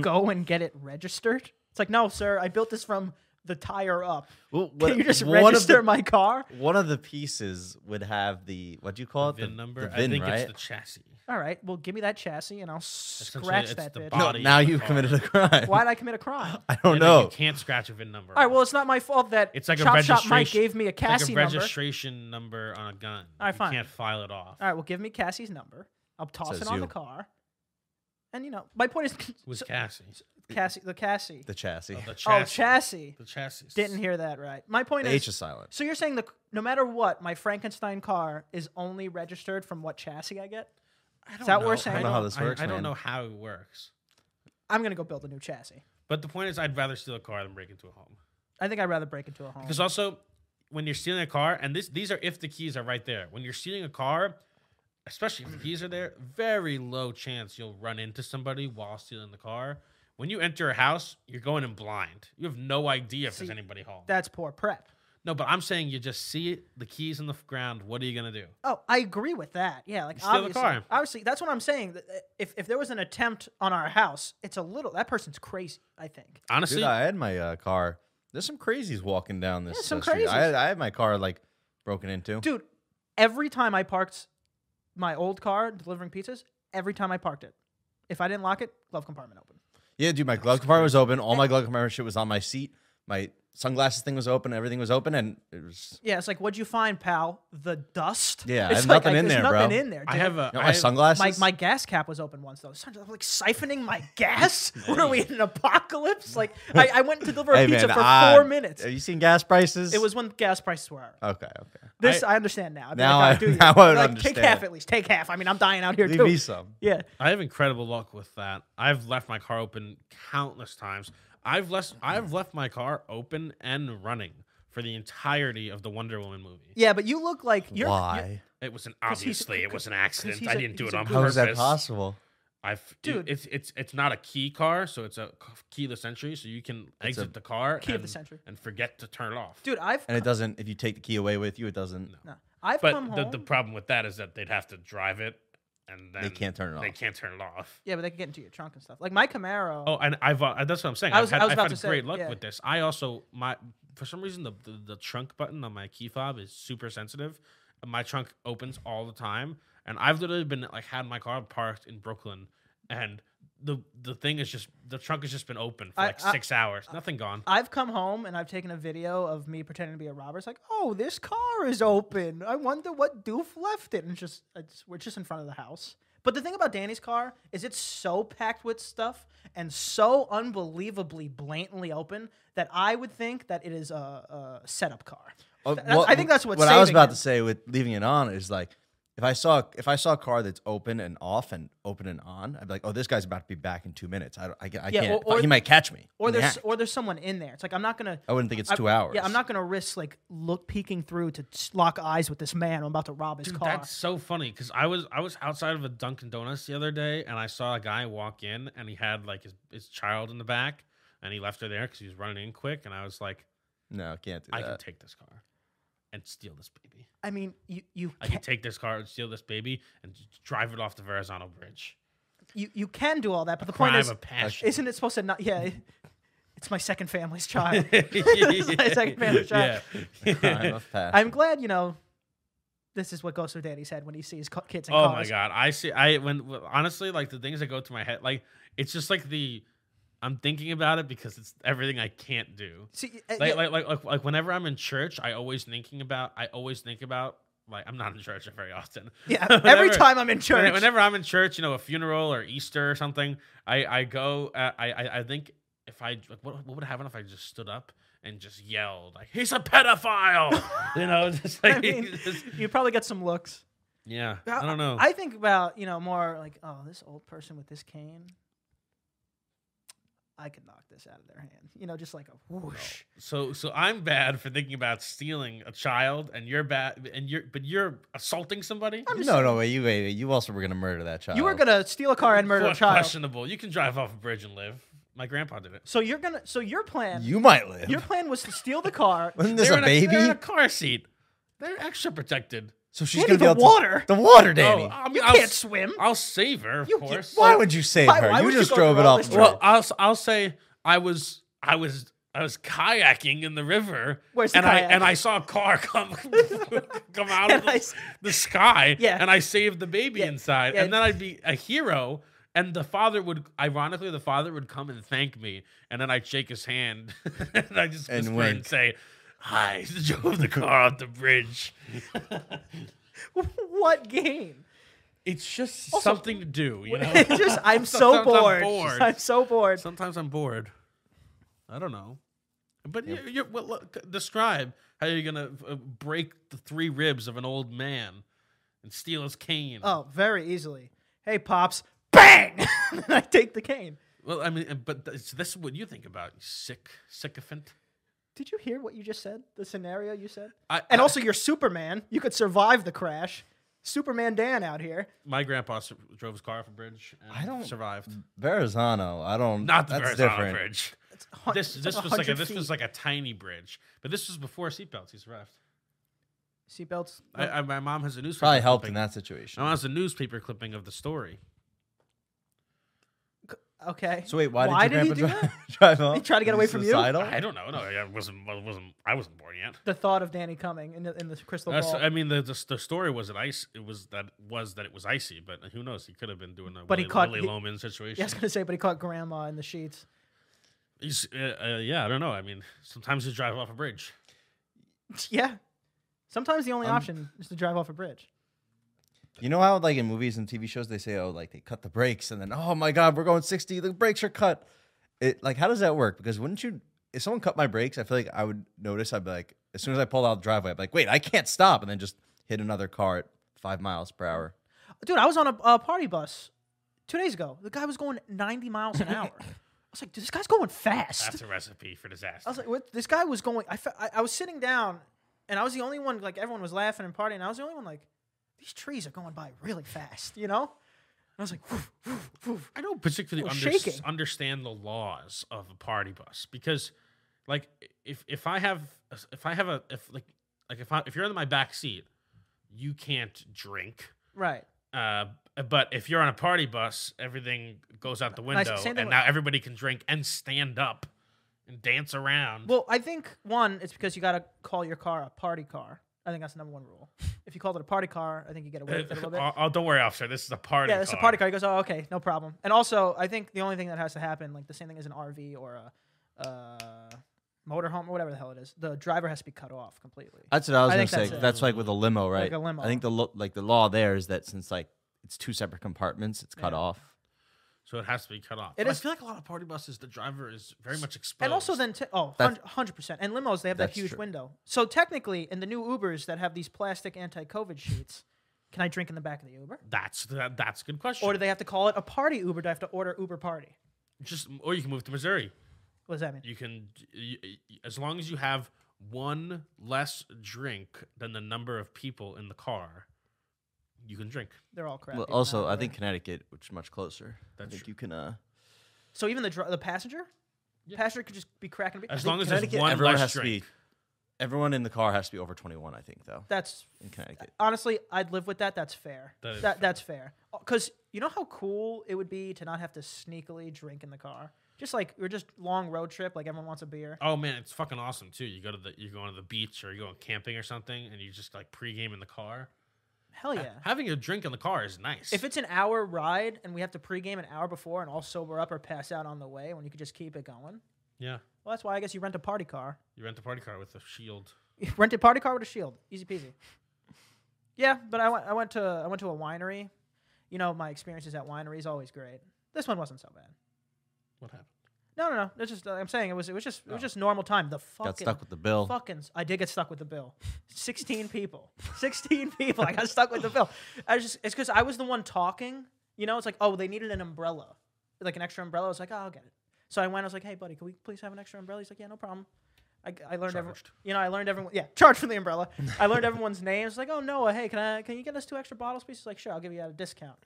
[SPEAKER 2] go and get it registered? It's like, no, sir, I built this from the tire up.
[SPEAKER 1] Well,
[SPEAKER 2] can you just
[SPEAKER 1] one of
[SPEAKER 2] register
[SPEAKER 1] the,
[SPEAKER 2] my car?
[SPEAKER 1] One of the pieces would have the what do you call
[SPEAKER 3] the
[SPEAKER 1] it?
[SPEAKER 3] VIN number?
[SPEAKER 1] The
[SPEAKER 3] I
[SPEAKER 1] VIN,
[SPEAKER 3] think
[SPEAKER 1] right?
[SPEAKER 3] it's the chassis.
[SPEAKER 2] All right, well, give me that chassis and I'll
[SPEAKER 3] Essentially,
[SPEAKER 2] scratch
[SPEAKER 3] it's
[SPEAKER 2] that
[SPEAKER 3] the
[SPEAKER 2] bitch.
[SPEAKER 1] no,
[SPEAKER 3] body. of
[SPEAKER 1] now
[SPEAKER 3] the
[SPEAKER 1] you've
[SPEAKER 3] car.
[SPEAKER 1] committed a crime.
[SPEAKER 2] Why did I commit a crime?
[SPEAKER 1] I don't
[SPEAKER 3] Yeah, no,
[SPEAKER 1] know.
[SPEAKER 3] You can't scratch a VIN number.
[SPEAKER 2] All right,
[SPEAKER 3] off.
[SPEAKER 2] well, it's not my fault that
[SPEAKER 3] It's like a
[SPEAKER 2] Chop Shop Mike
[SPEAKER 3] registration-
[SPEAKER 2] gave me a
[SPEAKER 3] It's
[SPEAKER 2] Cassie
[SPEAKER 3] like a
[SPEAKER 2] number.
[SPEAKER 3] registration number. on a gun.
[SPEAKER 2] All right,
[SPEAKER 3] you
[SPEAKER 2] fine.
[SPEAKER 3] can't file it off.
[SPEAKER 2] All right, well, give me Cassie's number. I'll toss
[SPEAKER 1] Says
[SPEAKER 2] it on the
[SPEAKER 1] you.
[SPEAKER 2] car. And you know, my point is
[SPEAKER 3] With
[SPEAKER 2] so-
[SPEAKER 3] Cassie.
[SPEAKER 2] Cassie, the Cassie.
[SPEAKER 1] The chassis.
[SPEAKER 3] Oh, the
[SPEAKER 2] oh,
[SPEAKER 3] chassis.
[SPEAKER 2] chassis.
[SPEAKER 3] The chassis.
[SPEAKER 2] Didn't hear that right. My point
[SPEAKER 1] The
[SPEAKER 2] is,
[SPEAKER 1] H is silent.
[SPEAKER 2] so you're saying the no matter what, my Frankenstein car is only registered from what chassis I get.
[SPEAKER 3] I don't
[SPEAKER 2] Is that what
[SPEAKER 3] know.
[SPEAKER 2] we're saying?
[SPEAKER 1] I don't know how this works,
[SPEAKER 3] I, don't
[SPEAKER 1] man.
[SPEAKER 3] know how it works.
[SPEAKER 2] I'm gonna go build a new chassis.
[SPEAKER 3] But the point is, I'd rather steal a car than break into a home.
[SPEAKER 2] I think I'd rather break into a home.
[SPEAKER 3] Because also, when you're stealing a car, and this these are if the keys are right there. When you're stealing a car, especially if the keys are there, very low chance you'll run into somebody while stealing the car. When you enter a house, you're going in blind. You have no idea if there's
[SPEAKER 2] See,
[SPEAKER 3] anybody home.
[SPEAKER 2] That's poor prep.
[SPEAKER 3] No, but I'm saying you just see it, the keys in the f- ground. What are you gonna do?
[SPEAKER 2] Oh, I agree with that. Yeah, like
[SPEAKER 3] You steal the
[SPEAKER 2] obviously,
[SPEAKER 3] car.
[SPEAKER 2] obviously, that's what I'm saying. that, uh, If if there was an attempt on our house, it's a little that person's crazy. I think.
[SPEAKER 3] Honestly,
[SPEAKER 1] Dude, I had my uh, car. There's some crazies walking down this
[SPEAKER 2] Yeah, some
[SPEAKER 1] uh, street. I
[SPEAKER 2] crazies.
[SPEAKER 1] had, I had my car like broken into.
[SPEAKER 2] Dude, every time I parked my old car delivering pizzas, every time I parked it, if I didn't lock it, glove compartment open.
[SPEAKER 1] Yeah, dude, my glove compartment was open. All my glove compartment shit was on my seat. My sunglasses thing was open. Everything was open, and it was.
[SPEAKER 2] Yeah, it's like, what'd you find, pal? The dust.
[SPEAKER 1] Yeah, I
[SPEAKER 2] It's
[SPEAKER 1] have
[SPEAKER 2] like,
[SPEAKER 1] nothing
[SPEAKER 2] like,
[SPEAKER 1] in
[SPEAKER 2] there's
[SPEAKER 1] there, bro.
[SPEAKER 2] nothing in there.
[SPEAKER 3] I
[SPEAKER 2] dude.
[SPEAKER 3] have a.
[SPEAKER 1] No, my
[SPEAKER 3] I have-
[SPEAKER 1] sunglasses.
[SPEAKER 2] My, my gas cap was open once though. Son, I'm like siphoning my gas. What are we in an apocalypse? Like I, I went to deliver a
[SPEAKER 1] Hey,
[SPEAKER 2] pizza
[SPEAKER 1] man,
[SPEAKER 2] for
[SPEAKER 1] I-
[SPEAKER 2] four minutes.
[SPEAKER 1] Have you seen gas prices?
[SPEAKER 2] It was when gas prices were. Out.
[SPEAKER 1] okay. Okay.
[SPEAKER 2] This I, understand now. I'd be
[SPEAKER 1] Now
[SPEAKER 2] like,
[SPEAKER 1] I-
[SPEAKER 2] "Oh, do you?"
[SPEAKER 1] now I would
[SPEAKER 2] like, Take
[SPEAKER 1] understand.
[SPEAKER 2] half at least. Take half. I mean, I'm dying out here
[SPEAKER 1] Leave
[SPEAKER 2] too.
[SPEAKER 1] me some.
[SPEAKER 2] Yeah.
[SPEAKER 3] I have incredible luck with that. I've left my car open countless times. I've left I've left my car open and running for the entirety of the Wonder Woman movie.
[SPEAKER 2] Yeah, but you look like you're.
[SPEAKER 1] Why?
[SPEAKER 3] It was an
[SPEAKER 2] 'Cause he's-
[SPEAKER 3] obviously it was an
[SPEAKER 2] 'cause
[SPEAKER 3] accident.
[SPEAKER 2] he's
[SPEAKER 3] I
[SPEAKER 2] a-
[SPEAKER 3] didn't do
[SPEAKER 2] he's
[SPEAKER 3] it
[SPEAKER 2] a
[SPEAKER 3] on
[SPEAKER 2] good-
[SPEAKER 1] How
[SPEAKER 3] purpose.
[SPEAKER 1] is that possible?
[SPEAKER 3] I've
[SPEAKER 2] Dude.
[SPEAKER 3] dude, it's it's it's not a key car, so it's a c- keyless entry, so you can exit the car
[SPEAKER 2] key of
[SPEAKER 3] and,
[SPEAKER 2] the century.
[SPEAKER 3] and forget to turn it off.
[SPEAKER 2] You're, dude, I've.
[SPEAKER 1] And it doesn't. If you take the key away with you, it doesn't.
[SPEAKER 3] No.
[SPEAKER 2] no, I've come
[SPEAKER 3] but
[SPEAKER 2] home.
[SPEAKER 3] the, the problem with that is that they'd have to drive it, and then
[SPEAKER 1] They can't turn it
[SPEAKER 3] They
[SPEAKER 1] off.
[SPEAKER 3] can't turn it off.
[SPEAKER 2] yeah, but they can get into your trunk and stuff. Like my Camaro.
[SPEAKER 3] Oh, and I've uh, that's what I'm saying.
[SPEAKER 2] I
[SPEAKER 3] I
[SPEAKER 2] was-
[SPEAKER 3] have had,
[SPEAKER 2] I was
[SPEAKER 3] I've
[SPEAKER 2] about
[SPEAKER 3] had
[SPEAKER 2] to say,
[SPEAKER 3] great luck
[SPEAKER 2] yeah.
[SPEAKER 3] with this. I also my for some reason the, the the trunk button on my key fob is super sensitive. My trunk opens all the time, and I've literally been like had my car parked in Brooklyn, and the the thing is just the trunk has just been open for
[SPEAKER 2] I-
[SPEAKER 3] like
[SPEAKER 2] I-
[SPEAKER 3] six hours, nothing gone.
[SPEAKER 2] I've come home and I've taken a video of me pretending to be a robber. It's like, oh, this car is open. I wonder what doof left it. And just, it's, we're just in front of the house. But the thing about Danny's car is it's so packed with stuff and so unbelievably blatantly open that I would think that it is a, a setup car.
[SPEAKER 1] Oh,
[SPEAKER 2] That's- I think that's what's
[SPEAKER 1] What I was
[SPEAKER 2] saving
[SPEAKER 1] about
[SPEAKER 2] him.
[SPEAKER 1] to say with leaving it on is like, if I saw if I saw a car that's open and off and open and on, I'd be like, oh, this guy's about to be back in two minutes. I, don't- I, I
[SPEAKER 2] Yeah,
[SPEAKER 1] can't.
[SPEAKER 2] or- or-
[SPEAKER 1] he might catch me.
[SPEAKER 2] Or
[SPEAKER 1] in the
[SPEAKER 2] there's
[SPEAKER 1] act.
[SPEAKER 2] or there's someone in there. It's like I'm not gonna.
[SPEAKER 1] I wouldn't think it's
[SPEAKER 2] I-
[SPEAKER 1] two hours.
[SPEAKER 2] Yeah, I'm not gonna risk like look peeking through to s- lock eyes with this man. I'm about to rob his
[SPEAKER 3] Dude,
[SPEAKER 2] car.
[SPEAKER 3] that's so funny because I was I was outside of a Dunkin' Donuts the other day and I saw a guy walk in and he had like his, his child in the back and he left her there because he was running in quick and I was like,
[SPEAKER 1] No, can't do
[SPEAKER 3] I
[SPEAKER 1] that.
[SPEAKER 3] can take this car and steal this baby.
[SPEAKER 2] I mean, you you
[SPEAKER 3] I
[SPEAKER 2] ca-
[SPEAKER 3] can take this car and steal this baby and j- drive it off the Verrazano Bridge.
[SPEAKER 2] you, you can do all that, but the point
[SPEAKER 3] Crime
[SPEAKER 2] is,
[SPEAKER 3] of passion.
[SPEAKER 2] Isn't it supposed to not? Yeah, it- it's my second family's child.
[SPEAKER 3] It's
[SPEAKER 2] my second favorite shot.
[SPEAKER 1] Crime of passion.
[SPEAKER 2] I'm glad you know. This is what goes through Danny's head when he sees co- kids in
[SPEAKER 3] Oh my
[SPEAKER 2] cars.
[SPEAKER 3] god, I see. I when w- honestly, like the things that go to my head, like it's just like the I'm thinking about it because it's everything I can't do.
[SPEAKER 2] See, uh, yeah,
[SPEAKER 3] Like like like like, like whenever I'm in church, I always thinking about. I always think about. Like I'm not in church very often.
[SPEAKER 2] yeah, every
[SPEAKER 3] Whenever-
[SPEAKER 2] time I'm in
[SPEAKER 3] When-
[SPEAKER 2] church,
[SPEAKER 3] Whenever I'm in church, you know, a funeral or Easter or something, I I go. Uh, I, I I think if I like, what what would happen if I just stood up and just yelled like he's a pedophile, you know? Just like,
[SPEAKER 2] I mean,
[SPEAKER 3] just-
[SPEAKER 2] you probably get some looks.
[SPEAKER 3] yeah, I don't know.
[SPEAKER 2] I think about you know more like, oh, this old person with this cane. I could knock this out of their hand. You know, just like a whoosh.
[SPEAKER 3] so so I'm bad for thinking about stealing a child, and you're bad, and you're but you're assaulting somebody.
[SPEAKER 2] I'm just
[SPEAKER 1] no, no, wait, you, wait, wait, you also were gonna murder that Oh, child.
[SPEAKER 2] You were gonna steal a car and murder a
[SPEAKER 3] What-
[SPEAKER 2] child.
[SPEAKER 3] Questionable. You can drive off a bridge and live. My grandpa did it.
[SPEAKER 2] So you're gonna. So your plan.
[SPEAKER 1] You might live.
[SPEAKER 2] your plan was to steal the car.
[SPEAKER 1] Wasn't this
[SPEAKER 3] They're
[SPEAKER 1] a
[SPEAKER 3] in they're
[SPEAKER 1] baby?
[SPEAKER 3] in a car seat. They're extra protected.
[SPEAKER 1] so she's gonna
[SPEAKER 2] Danny,
[SPEAKER 1] be
[SPEAKER 2] the
[SPEAKER 1] able to-
[SPEAKER 2] water.
[SPEAKER 1] the water,
[SPEAKER 3] Oh,
[SPEAKER 1] Danny.
[SPEAKER 3] I mean,
[SPEAKER 2] you
[SPEAKER 3] I'll
[SPEAKER 2] can't
[SPEAKER 3] s-
[SPEAKER 2] swim.
[SPEAKER 3] I'll save her, of
[SPEAKER 2] You can't-
[SPEAKER 3] course.
[SPEAKER 1] why would you save
[SPEAKER 2] Why-
[SPEAKER 1] her?
[SPEAKER 2] why
[SPEAKER 1] you
[SPEAKER 2] would you
[SPEAKER 1] just
[SPEAKER 2] go
[SPEAKER 1] drove
[SPEAKER 2] through
[SPEAKER 1] it
[SPEAKER 2] all
[SPEAKER 1] off.
[SPEAKER 2] this
[SPEAKER 1] the
[SPEAKER 2] trouble?
[SPEAKER 1] road.
[SPEAKER 3] Well, I'll s- I'll say I was I was I was kayaking in the river,
[SPEAKER 2] Where's the
[SPEAKER 3] and I
[SPEAKER 2] kayak?
[SPEAKER 3] and I saw a car come come out
[SPEAKER 2] And
[SPEAKER 3] of the,
[SPEAKER 2] I s-
[SPEAKER 3] the sky,
[SPEAKER 2] Yeah.
[SPEAKER 3] and I saved the baby
[SPEAKER 2] Yeah,
[SPEAKER 3] inside,
[SPEAKER 2] yeah.
[SPEAKER 3] and then I'd be a hero. And the father would, ironically, the father would come and thank me, and then I'd shake his hand, and I just
[SPEAKER 1] And
[SPEAKER 3] whisper and,
[SPEAKER 1] wink.
[SPEAKER 3] say, "Hi, drove the car off the bridge."
[SPEAKER 2] what game?
[SPEAKER 3] it's just something to do, you know.
[SPEAKER 2] just I'm so
[SPEAKER 3] Sometimes
[SPEAKER 2] bored. Just,
[SPEAKER 3] I'm
[SPEAKER 2] I'm,
[SPEAKER 3] bored.
[SPEAKER 2] so bored.
[SPEAKER 3] Sometimes I'm bored. I don't know. But you you well, look, describe how you're gonna uh, break the three ribs of an old man and steal his cane.
[SPEAKER 2] Oh, very easily. Hey, pops, bang! And I take the cane.
[SPEAKER 3] Well, I mean, but th- so this is what you think about you sick sycophant.
[SPEAKER 2] Did you hear what you just said? The scenario you said?
[SPEAKER 3] I,
[SPEAKER 2] And
[SPEAKER 3] I-
[SPEAKER 2] also, you're Superman. You could survive the crash. Superman Dan out here.
[SPEAKER 3] my grandpa sur- drove his car off a bridge. And
[SPEAKER 1] I don't-
[SPEAKER 3] survived.
[SPEAKER 1] Verrazano. I don't.
[SPEAKER 3] Not the
[SPEAKER 1] that's
[SPEAKER 3] Verrazano
[SPEAKER 1] different.
[SPEAKER 3] bridge.
[SPEAKER 2] It's a hun-
[SPEAKER 3] This
[SPEAKER 2] it's
[SPEAKER 3] this was like a,
[SPEAKER 2] 100
[SPEAKER 3] this was
[SPEAKER 2] feet.
[SPEAKER 3] like a tiny bridge, but this was before seatbelts. He's left.
[SPEAKER 2] seatbelts.
[SPEAKER 3] I, I, my mom has a newspaper.
[SPEAKER 1] Probably helped in
[SPEAKER 3] clipping-
[SPEAKER 1] that situation.
[SPEAKER 3] My mom has a newspaper clipping of the story.
[SPEAKER 2] Oh, okay.
[SPEAKER 1] So wait, why,
[SPEAKER 2] Why
[SPEAKER 1] did your
[SPEAKER 2] did he
[SPEAKER 1] grandpa
[SPEAKER 2] do
[SPEAKER 1] dri- drive off?
[SPEAKER 2] He tried to get
[SPEAKER 1] Was
[SPEAKER 2] away from you?
[SPEAKER 1] suicidal?
[SPEAKER 3] I don't know. No, I wasn't. I wasn't. I wasn't born yet.
[SPEAKER 2] the thought of Danny coming in the in the crystal
[SPEAKER 3] That's,
[SPEAKER 2] ball.
[SPEAKER 3] I mean, the, the the story was an ice. It was that was that it was icy, but who knows? He could have been doing a
[SPEAKER 2] But he
[SPEAKER 3] Willy,
[SPEAKER 2] caught-
[SPEAKER 3] Willy
[SPEAKER 2] he-
[SPEAKER 3] Loman situation.
[SPEAKER 2] yeah, I was gonna say, but he caught Grandma in the sheets.
[SPEAKER 3] He's- uh, uh, yeah, I don't know. I mean, sometimes you drive off a bridge.
[SPEAKER 2] Yeah. Sometimes the only
[SPEAKER 1] Um,
[SPEAKER 2] option is to drive off a bridge.
[SPEAKER 1] You know how like in movies and TV shows they say, oh, like they cut the brakes and then oh my god, we're going 60, the brakes are cut. It like how does that work? Because wouldn't you if someone cut my brakes, I feel like I would notice I'd be like, as soon as I pulled out the driveway, I'd be like, wait, I can't stop, and then just hit another car at five miles per hour.
[SPEAKER 2] Dude, I was on a, a party bus two days ago. The guy was going 90 miles an hour. I was like, dude, this guy's going fast.
[SPEAKER 3] That's a recipe for disaster.
[SPEAKER 2] I was like, what? This guy was going. I, fe- I I was sitting down, and I was the only one. Like everyone was laughing and partying. And I was the only one. Like these trees are going by really fast, you know. And I was like, woof, woof, woof.
[SPEAKER 3] I don't particularly
[SPEAKER 2] Well,
[SPEAKER 3] under-
[SPEAKER 2] shaking.
[SPEAKER 3] understand the laws of a party bus because, like, if if I have if I have a if like like if I, if you're in my back seat, you can't drink.
[SPEAKER 2] right.
[SPEAKER 3] Uh, but if you're on a party bus, everything goes out the
[SPEAKER 2] And I s-
[SPEAKER 3] window,
[SPEAKER 2] same
[SPEAKER 3] and,
[SPEAKER 2] thing with-
[SPEAKER 3] now everybody can drink and stand up and dance around.
[SPEAKER 2] Well, I think one, it's because you got to call your car a party car. I think that's the number one rule. if you called it a party car, I think you get away with it a little bit.
[SPEAKER 3] oh, oh, don't worry, officer. This is a party.
[SPEAKER 2] yeah, it's a party car. He goes, oh, okay, no problem. And also, I think the only thing that has to happen, like the same thing as an RV or a uh, motorhome or whatever the hell it is, the driver has to be cut off completely.
[SPEAKER 1] That's what I was
[SPEAKER 2] I
[SPEAKER 1] gonna
[SPEAKER 2] think
[SPEAKER 1] say.
[SPEAKER 2] that's
[SPEAKER 1] That's,
[SPEAKER 2] it.
[SPEAKER 1] like with a limo, right?
[SPEAKER 2] a limo.
[SPEAKER 1] I think the lo- like the law there is that since like it's two separate compartments, it's cut
[SPEAKER 2] Yeah.
[SPEAKER 1] off.
[SPEAKER 3] So it has to be cut off.
[SPEAKER 2] It
[SPEAKER 3] But I
[SPEAKER 2] is-
[SPEAKER 3] feel like a lot of party buses, the driver is very much exposed.
[SPEAKER 2] And also, then t- oh,
[SPEAKER 1] That's-
[SPEAKER 2] 100 percent. And limos, they have that
[SPEAKER 1] That's
[SPEAKER 2] huge
[SPEAKER 1] true.
[SPEAKER 2] window. So technically, in the new Ubers that have these plastic anti-COVID sheets, can I drink in the back of the Uber?
[SPEAKER 3] that's that, that's a good question.
[SPEAKER 2] Or do they have to call it a party Uber? Do I have to order Uber Party?
[SPEAKER 3] just or you can move to Missouri.
[SPEAKER 2] What does that mean?
[SPEAKER 3] You can y- y- as long as you have one less drink than the number of people in the car, you can drink.
[SPEAKER 2] They're all crap.
[SPEAKER 1] Well,
[SPEAKER 2] even
[SPEAKER 1] also,
[SPEAKER 2] that
[SPEAKER 1] I
[SPEAKER 2] Uber.
[SPEAKER 1] think Connecticut, which is much closer. I
[SPEAKER 3] That's
[SPEAKER 1] think
[SPEAKER 3] true.
[SPEAKER 1] you can. Uh,
[SPEAKER 2] so. Even the dr- the passenger,
[SPEAKER 3] Yeah.
[SPEAKER 2] passenger could just be cracking. a beer.
[SPEAKER 3] As
[SPEAKER 2] I
[SPEAKER 3] long
[SPEAKER 2] think
[SPEAKER 3] as there's
[SPEAKER 1] Connecticut,
[SPEAKER 3] one
[SPEAKER 1] everyone
[SPEAKER 3] less
[SPEAKER 1] has
[SPEAKER 3] drink.
[SPEAKER 1] to be. Everyone in the car has to be over 21, I think, though.
[SPEAKER 2] that's
[SPEAKER 1] in Connecticut.
[SPEAKER 2] honestly, I'd live with that. That's fair.
[SPEAKER 3] That is
[SPEAKER 2] that that's fair. Because you know how cool it would be to not have to sneakily drink in the car. Just like we're just long road trip, like everyone wants a beer.
[SPEAKER 3] Oh man, it's fucking awesome too. You go to the you're going to the beach or you're going camping or something, and you just like pregame in the car.
[SPEAKER 2] Hell Oh, yeah.
[SPEAKER 3] Having a drink in the car is nice.
[SPEAKER 2] If it's an hour ride and we have to pregame an hour before and all sober up or pass out on the way when you could just keep it going,
[SPEAKER 3] yeah,
[SPEAKER 2] well, that's why I guess you rent a party car.
[SPEAKER 3] you rent a party car with a shield.
[SPEAKER 2] rent a party car with a shield. Easy peasy. Yeah, but I went, I went to I went to a winery. You know, my experiences at wineries always great. This one wasn't so bad.
[SPEAKER 3] What happened?
[SPEAKER 2] No, no, no. That's just I'm saying it was it was just it
[SPEAKER 3] Oh.
[SPEAKER 2] was just normal time. The
[SPEAKER 1] Got
[SPEAKER 2] fucking
[SPEAKER 1] stuck with the bill.
[SPEAKER 2] fucking I did get stuck with the bill. 16 people. 16 people. I got stuck with the bill. I was just it's cuz I was the one talking. You know, it's like, "Oh, they needed an umbrella." Like an extra umbrella. I was like, "Oh, I'll get it." So I went. I was like, "Hey, buddy, can we please have an extra umbrella?" He's like, "Yeah, no problem." I, I learned every,
[SPEAKER 3] Charged.
[SPEAKER 2] you know, I learned everyone. Yeah, charge for the umbrella. I learned everyone's names. Like, "Oh, Noah, hey, can I can you get us two extra bottles, please?" He's like, "Sure, I'll give you at a discount."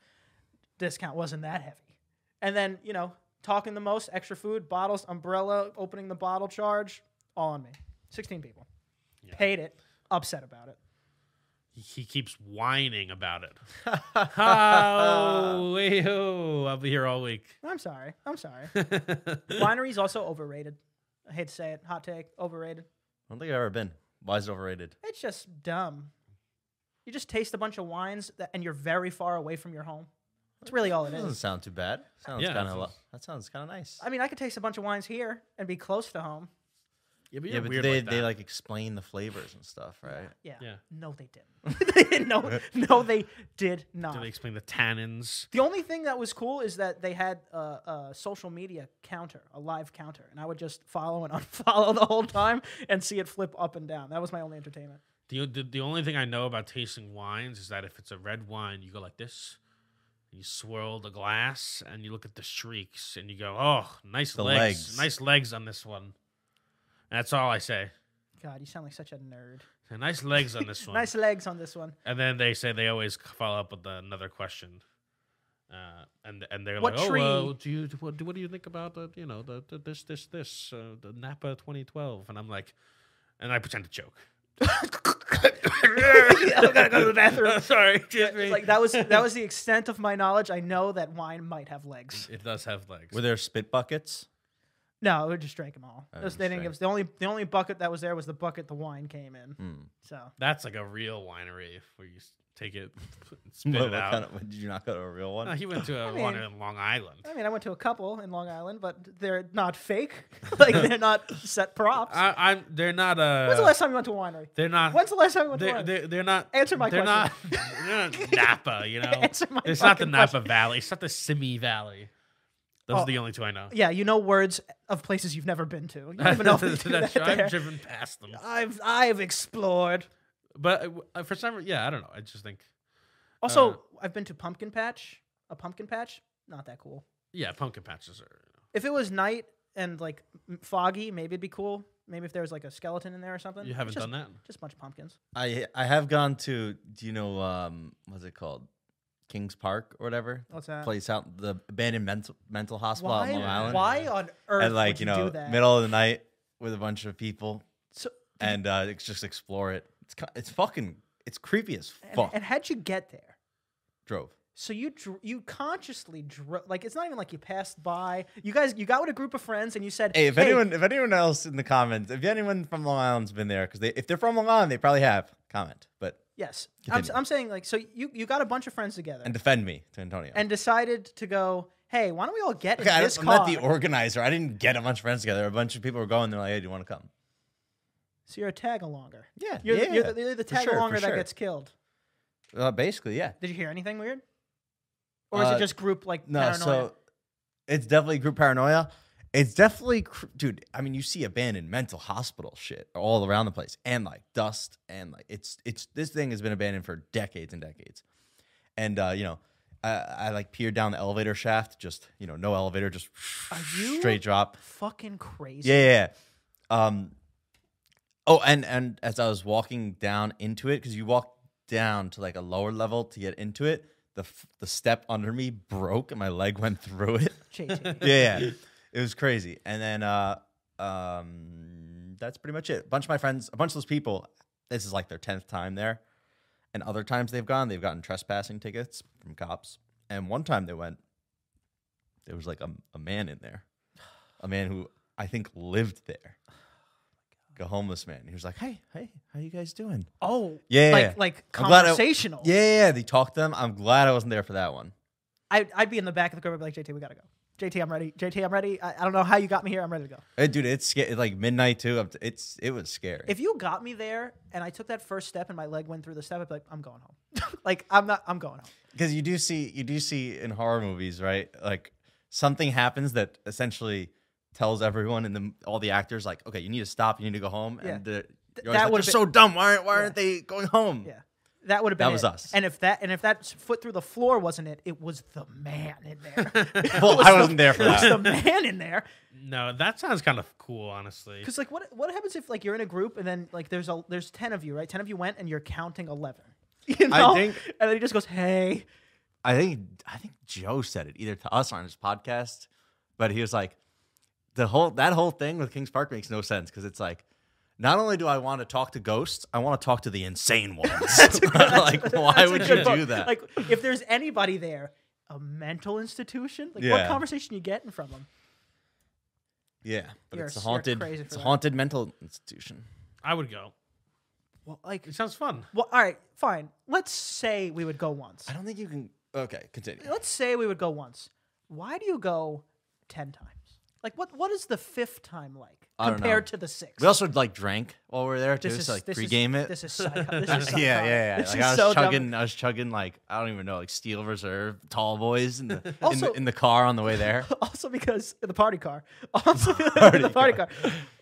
[SPEAKER 2] Discount wasn't that heavy. And then, you know, talking the most, extra food, bottles, umbrella, opening the bottle charge, all on me. 16 people.
[SPEAKER 3] Yeah.
[SPEAKER 2] Paid it, upset about it.
[SPEAKER 3] He, he keeps whining about it. oh, wee-hoo, I'll be here all week.
[SPEAKER 2] I'm sorry. I'm sorry. Winery's also overrated. I hate to say it. Hot take, overrated.
[SPEAKER 1] I don't think I've ever been. Why is it overrated?
[SPEAKER 2] It's just dumb. You just taste a bunch of wines that, and you're very far away from your home. That's really all it
[SPEAKER 1] That doesn't
[SPEAKER 2] is.
[SPEAKER 1] sound too bad. Sounds
[SPEAKER 3] Yeah,
[SPEAKER 1] kind
[SPEAKER 3] it's-
[SPEAKER 1] of that sounds kind of nice.
[SPEAKER 2] I mean, I could taste a bunch of wines here and be close to home.
[SPEAKER 3] Yeah, but,
[SPEAKER 1] yeah, but they they like explain the flavors and stuff, right?
[SPEAKER 2] Yeah.
[SPEAKER 3] Yeah.
[SPEAKER 2] No, they didn't. no, no, they did not.
[SPEAKER 3] Do they explain the tannins?
[SPEAKER 2] The only thing that was cool is that they had a, a social media counter, a live counter, and I would just follow and unfollow the whole time and see it flip up and down. That was my only entertainment.
[SPEAKER 3] The, the the only thing I know about tasting wines is that if it's a red wine, you go like this, and you swirl the glass, and you look at the streaks, and you go, "Oh, nice
[SPEAKER 1] The
[SPEAKER 3] legs,
[SPEAKER 1] legs.
[SPEAKER 3] nice legs on this one." That's all I say.
[SPEAKER 2] God, you sound like such a nerd.
[SPEAKER 3] Nice legs on this one.
[SPEAKER 2] Nice legs on this one.
[SPEAKER 3] And then they say they always c- follow up with another question. Uh, and and they're
[SPEAKER 2] What
[SPEAKER 3] like,
[SPEAKER 2] tree-
[SPEAKER 3] oh, well, do you what, do- what do you think about the you know the, the this this this uh, the Napa 2012? And I'm like, and I pretend to choke.
[SPEAKER 2] I gotta go to the bathroom.
[SPEAKER 3] Sorry, excuse me.
[SPEAKER 2] It's like that was that was the extent of my knowledge. I know that wine might have legs.
[SPEAKER 3] It does have legs.
[SPEAKER 1] Were there spit buckets?
[SPEAKER 2] No, we just drank them all.
[SPEAKER 1] Oh,
[SPEAKER 2] Those- they
[SPEAKER 1] interesting.
[SPEAKER 2] didn't give us the only the only bucket that was there was the bucket the wine came in.
[SPEAKER 1] Hmm.
[SPEAKER 2] So
[SPEAKER 3] That's like a real winery where you s- take it, spit
[SPEAKER 1] What-
[SPEAKER 3] it
[SPEAKER 1] what
[SPEAKER 3] out.
[SPEAKER 1] kind of- did you not go to a real one?
[SPEAKER 3] No, he went to a
[SPEAKER 2] I mean- uh,
[SPEAKER 3] one in Long Island.
[SPEAKER 2] I mean, I went to a couple in Long Island, but they're not fake. like they're not set props.
[SPEAKER 3] I, I'm. They're not. Uh,
[SPEAKER 2] When's the last time you went to a winery?
[SPEAKER 3] They're not.
[SPEAKER 2] When's the last time you went to a
[SPEAKER 3] They're,
[SPEAKER 2] winery?
[SPEAKER 3] they're, they're not.
[SPEAKER 2] Answer my
[SPEAKER 3] they're
[SPEAKER 2] question.
[SPEAKER 3] Not, they're not Napa, you know.
[SPEAKER 2] Answer my
[SPEAKER 3] it's not the
[SPEAKER 2] fucking
[SPEAKER 3] Napa
[SPEAKER 2] question.
[SPEAKER 3] Valley. It's not the Simi Valley. Those
[SPEAKER 2] Oh.
[SPEAKER 3] are the only two I know.
[SPEAKER 2] yeah, you know words of places you've never been to. You don't even know if they do that
[SPEAKER 3] That's true.
[SPEAKER 2] there.
[SPEAKER 3] I've driven past them,
[SPEAKER 2] I've I've explored.
[SPEAKER 3] but uh, uh, for some, re- yeah, I don't know. I just think,
[SPEAKER 2] Also,
[SPEAKER 3] Uh,
[SPEAKER 2] I've been to Pumpkin Patch. A pumpkin patch, not that cool.
[SPEAKER 3] yeah, pumpkin patches are.
[SPEAKER 2] If it was night and like m- foggy, maybe it'd be cool. Maybe if there was like a skeleton in there or something.
[SPEAKER 3] You haven't
[SPEAKER 2] just,
[SPEAKER 3] done that.
[SPEAKER 2] Just a bunch of pumpkins.
[SPEAKER 3] Uh,
[SPEAKER 1] I I have gone to do you know um what's it called Kings Park or whatever
[SPEAKER 2] What's that?
[SPEAKER 1] place out the abandoned mental mental hospital out
[SPEAKER 2] why?
[SPEAKER 1] in Long Island
[SPEAKER 2] Why on earth
[SPEAKER 1] and like
[SPEAKER 2] would you, do
[SPEAKER 1] know
[SPEAKER 2] that?
[SPEAKER 1] middle of the night with a bunch of people
[SPEAKER 2] So-
[SPEAKER 1] and uh it's just explore it it's ki- it's fucking it's creepy as
[SPEAKER 2] and,
[SPEAKER 1] fuck
[SPEAKER 2] and how'd you get there?
[SPEAKER 1] drove
[SPEAKER 2] So you dr- you consciously dro- like it's not even like you passed by. You guys you got with a group of friends and you said,
[SPEAKER 1] hey if anyone if anyone else in the comments if anyone from Long Island's been there because they if they're from Long Island they probably have comment but
[SPEAKER 2] yes." I'm, s-
[SPEAKER 1] Continue.
[SPEAKER 2] I'm saying like so you you got a bunch of friends together
[SPEAKER 1] and
[SPEAKER 2] and,
[SPEAKER 1] defend me to Antonio
[SPEAKER 2] decided to go, "Hey, why don't we all get
[SPEAKER 1] Okay, I
[SPEAKER 2] in
[SPEAKER 1] don't-
[SPEAKER 2] this
[SPEAKER 1] I'm
[SPEAKER 2] car?"
[SPEAKER 1] not the organizer. I didn't get a bunch of friends together. A bunch of people were going. They're like, "Hey, do you want to come?"
[SPEAKER 2] so you're a tag alonger.
[SPEAKER 1] Yeah,
[SPEAKER 2] You're,
[SPEAKER 1] yeah,
[SPEAKER 2] the, you're,
[SPEAKER 1] yeah.
[SPEAKER 2] the, you're the
[SPEAKER 1] For
[SPEAKER 2] tag
[SPEAKER 1] sure, for
[SPEAKER 2] alonger that
[SPEAKER 1] sure.
[SPEAKER 2] gets killed.
[SPEAKER 1] Uh, basically, yeah.
[SPEAKER 2] Did you hear anything weird? Or is
[SPEAKER 1] Uh,
[SPEAKER 2] it just group like
[SPEAKER 1] No,
[SPEAKER 2] paranoia?
[SPEAKER 1] so it's definitely group paranoia. It's definitely, cr- dude. I mean, you see abandoned mental hospital shit all around the place, and like dust, and like it's it's this thing has been abandoned for decades and decades. And uh, you know, I, I like peered down the elevator shaft, just you know, no elevator, just
[SPEAKER 2] Are you-
[SPEAKER 1] straight drop.
[SPEAKER 2] fucking crazy.
[SPEAKER 1] Yeah, yeah. yeah. Um. Oh, and and as I was walking down into it, because you walk down to like a lower level to get into it, the f- the step under me broke and my leg went through it.
[SPEAKER 2] JT.
[SPEAKER 1] yeah, yeah. it was crazy. And then uh, um, that's pretty much it. A bunch of my friends, a bunch of those people. This is like their tenth time there, and other times they've gone, they've gotten trespassing tickets from cops. And one time they went, there was like a, a man in there, a man who I think lived there, like a homeless man. He was like, "Hey, hey, how you guys doing?"
[SPEAKER 2] Oh,
[SPEAKER 1] Yeah,
[SPEAKER 2] like like
[SPEAKER 1] I'm glad I-
[SPEAKER 2] conversational.
[SPEAKER 1] Yeah, yeah, yeah. They talked to them. I'm glad I wasn't there for that one.
[SPEAKER 2] I, I'd be in the back of the group. I'd be like, JT, we gotta go. JT, I'm ready. JT, I'm ready. I, I don't know how you got me here. I'm ready to go.
[SPEAKER 1] Hey, dude, it's sca- like midnight too. up to- It's it was scary.
[SPEAKER 2] If you got me there and I took that first step and my leg went through the step, I'd be like, I'm going home. like I'm not. I'm going home.
[SPEAKER 1] because you do see you do see in horror movies right like something happens that essentially tells everyone and the, all the actors like okay you need to stop you need to go home
[SPEAKER 2] Yeah.
[SPEAKER 1] and the, you're always
[SPEAKER 2] that
[SPEAKER 1] like,
[SPEAKER 2] would've
[SPEAKER 1] they're so dumb why aren't why
[SPEAKER 2] Yeah.
[SPEAKER 1] aren't they going home
[SPEAKER 2] Yeah, that would have been.
[SPEAKER 1] That was
[SPEAKER 2] it.
[SPEAKER 1] us.
[SPEAKER 2] And if that and if that foot through the floor wasn't it, it was the man in there. it
[SPEAKER 1] well I wasn't there for
[SPEAKER 2] was the
[SPEAKER 1] that
[SPEAKER 2] man in there.
[SPEAKER 3] No, that sounds kind of cool, honestly.
[SPEAKER 2] Because like, what what happens if like you're in a group and then like there's a there's ten of you, right? Ten of you went and you're counting eleven. You
[SPEAKER 1] I
[SPEAKER 2] know?
[SPEAKER 1] think-
[SPEAKER 2] and then he just goes, "Hey,
[SPEAKER 1] I think I think Joe said it either to us or on his podcast but he was like the whole that whole thing with Kings Park makes no sense because it's like not only do I want to talk to ghosts I want to talk to the insane ones like why
[SPEAKER 2] That's a
[SPEAKER 1] would
[SPEAKER 2] good
[SPEAKER 1] you
[SPEAKER 2] book.
[SPEAKER 1] do that
[SPEAKER 2] Like, if there's anybody there, a mental institution, like what
[SPEAKER 1] Yeah.
[SPEAKER 2] conversation you getting from them?
[SPEAKER 1] Yeah, but
[SPEAKER 2] You're
[SPEAKER 1] it's a
[SPEAKER 2] s- you're
[SPEAKER 1] haunted,
[SPEAKER 2] crazy
[SPEAKER 1] it's
[SPEAKER 2] for
[SPEAKER 1] a
[SPEAKER 2] that.
[SPEAKER 1] haunted mental institution.
[SPEAKER 3] I would go.
[SPEAKER 2] Well, like,
[SPEAKER 3] It sounds fun.
[SPEAKER 2] well, all right, fine. Let's say we would go once.
[SPEAKER 1] I don't think you can. Okay, continue.
[SPEAKER 2] Let's say we would go once. Why do you go ten times? Like, what what is the fifth time like
[SPEAKER 1] I don't know.
[SPEAKER 2] compared to the sixth?
[SPEAKER 1] We also like drank while we were there too,
[SPEAKER 2] this
[SPEAKER 1] to
[SPEAKER 2] is
[SPEAKER 1] like
[SPEAKER 2] this
[SPEAKER 1] pregame
[SPEAKER 2] is,
[SPEAKER 1] it.
[SPEAKER 2] This is, psycho- this is
[SPEAKER 1] yeah, yeah, yeah.
[SPEAKER 2] psychotic. This
[SPEAKER 1] Like,
[SPEAKER 2] is
[SPEAKER 1] I was
[SPEAKER 2] so dumb.
[SPEAKER 1] chugging. I was chugging like I don't even know, like Steel Reserve, Tall Boys, in the, in,
[SPEAKER 2] Also-
[SPEAKER 1] the in the car on the way there.
[SPEAKER 2] Also because the party car. Also the party car.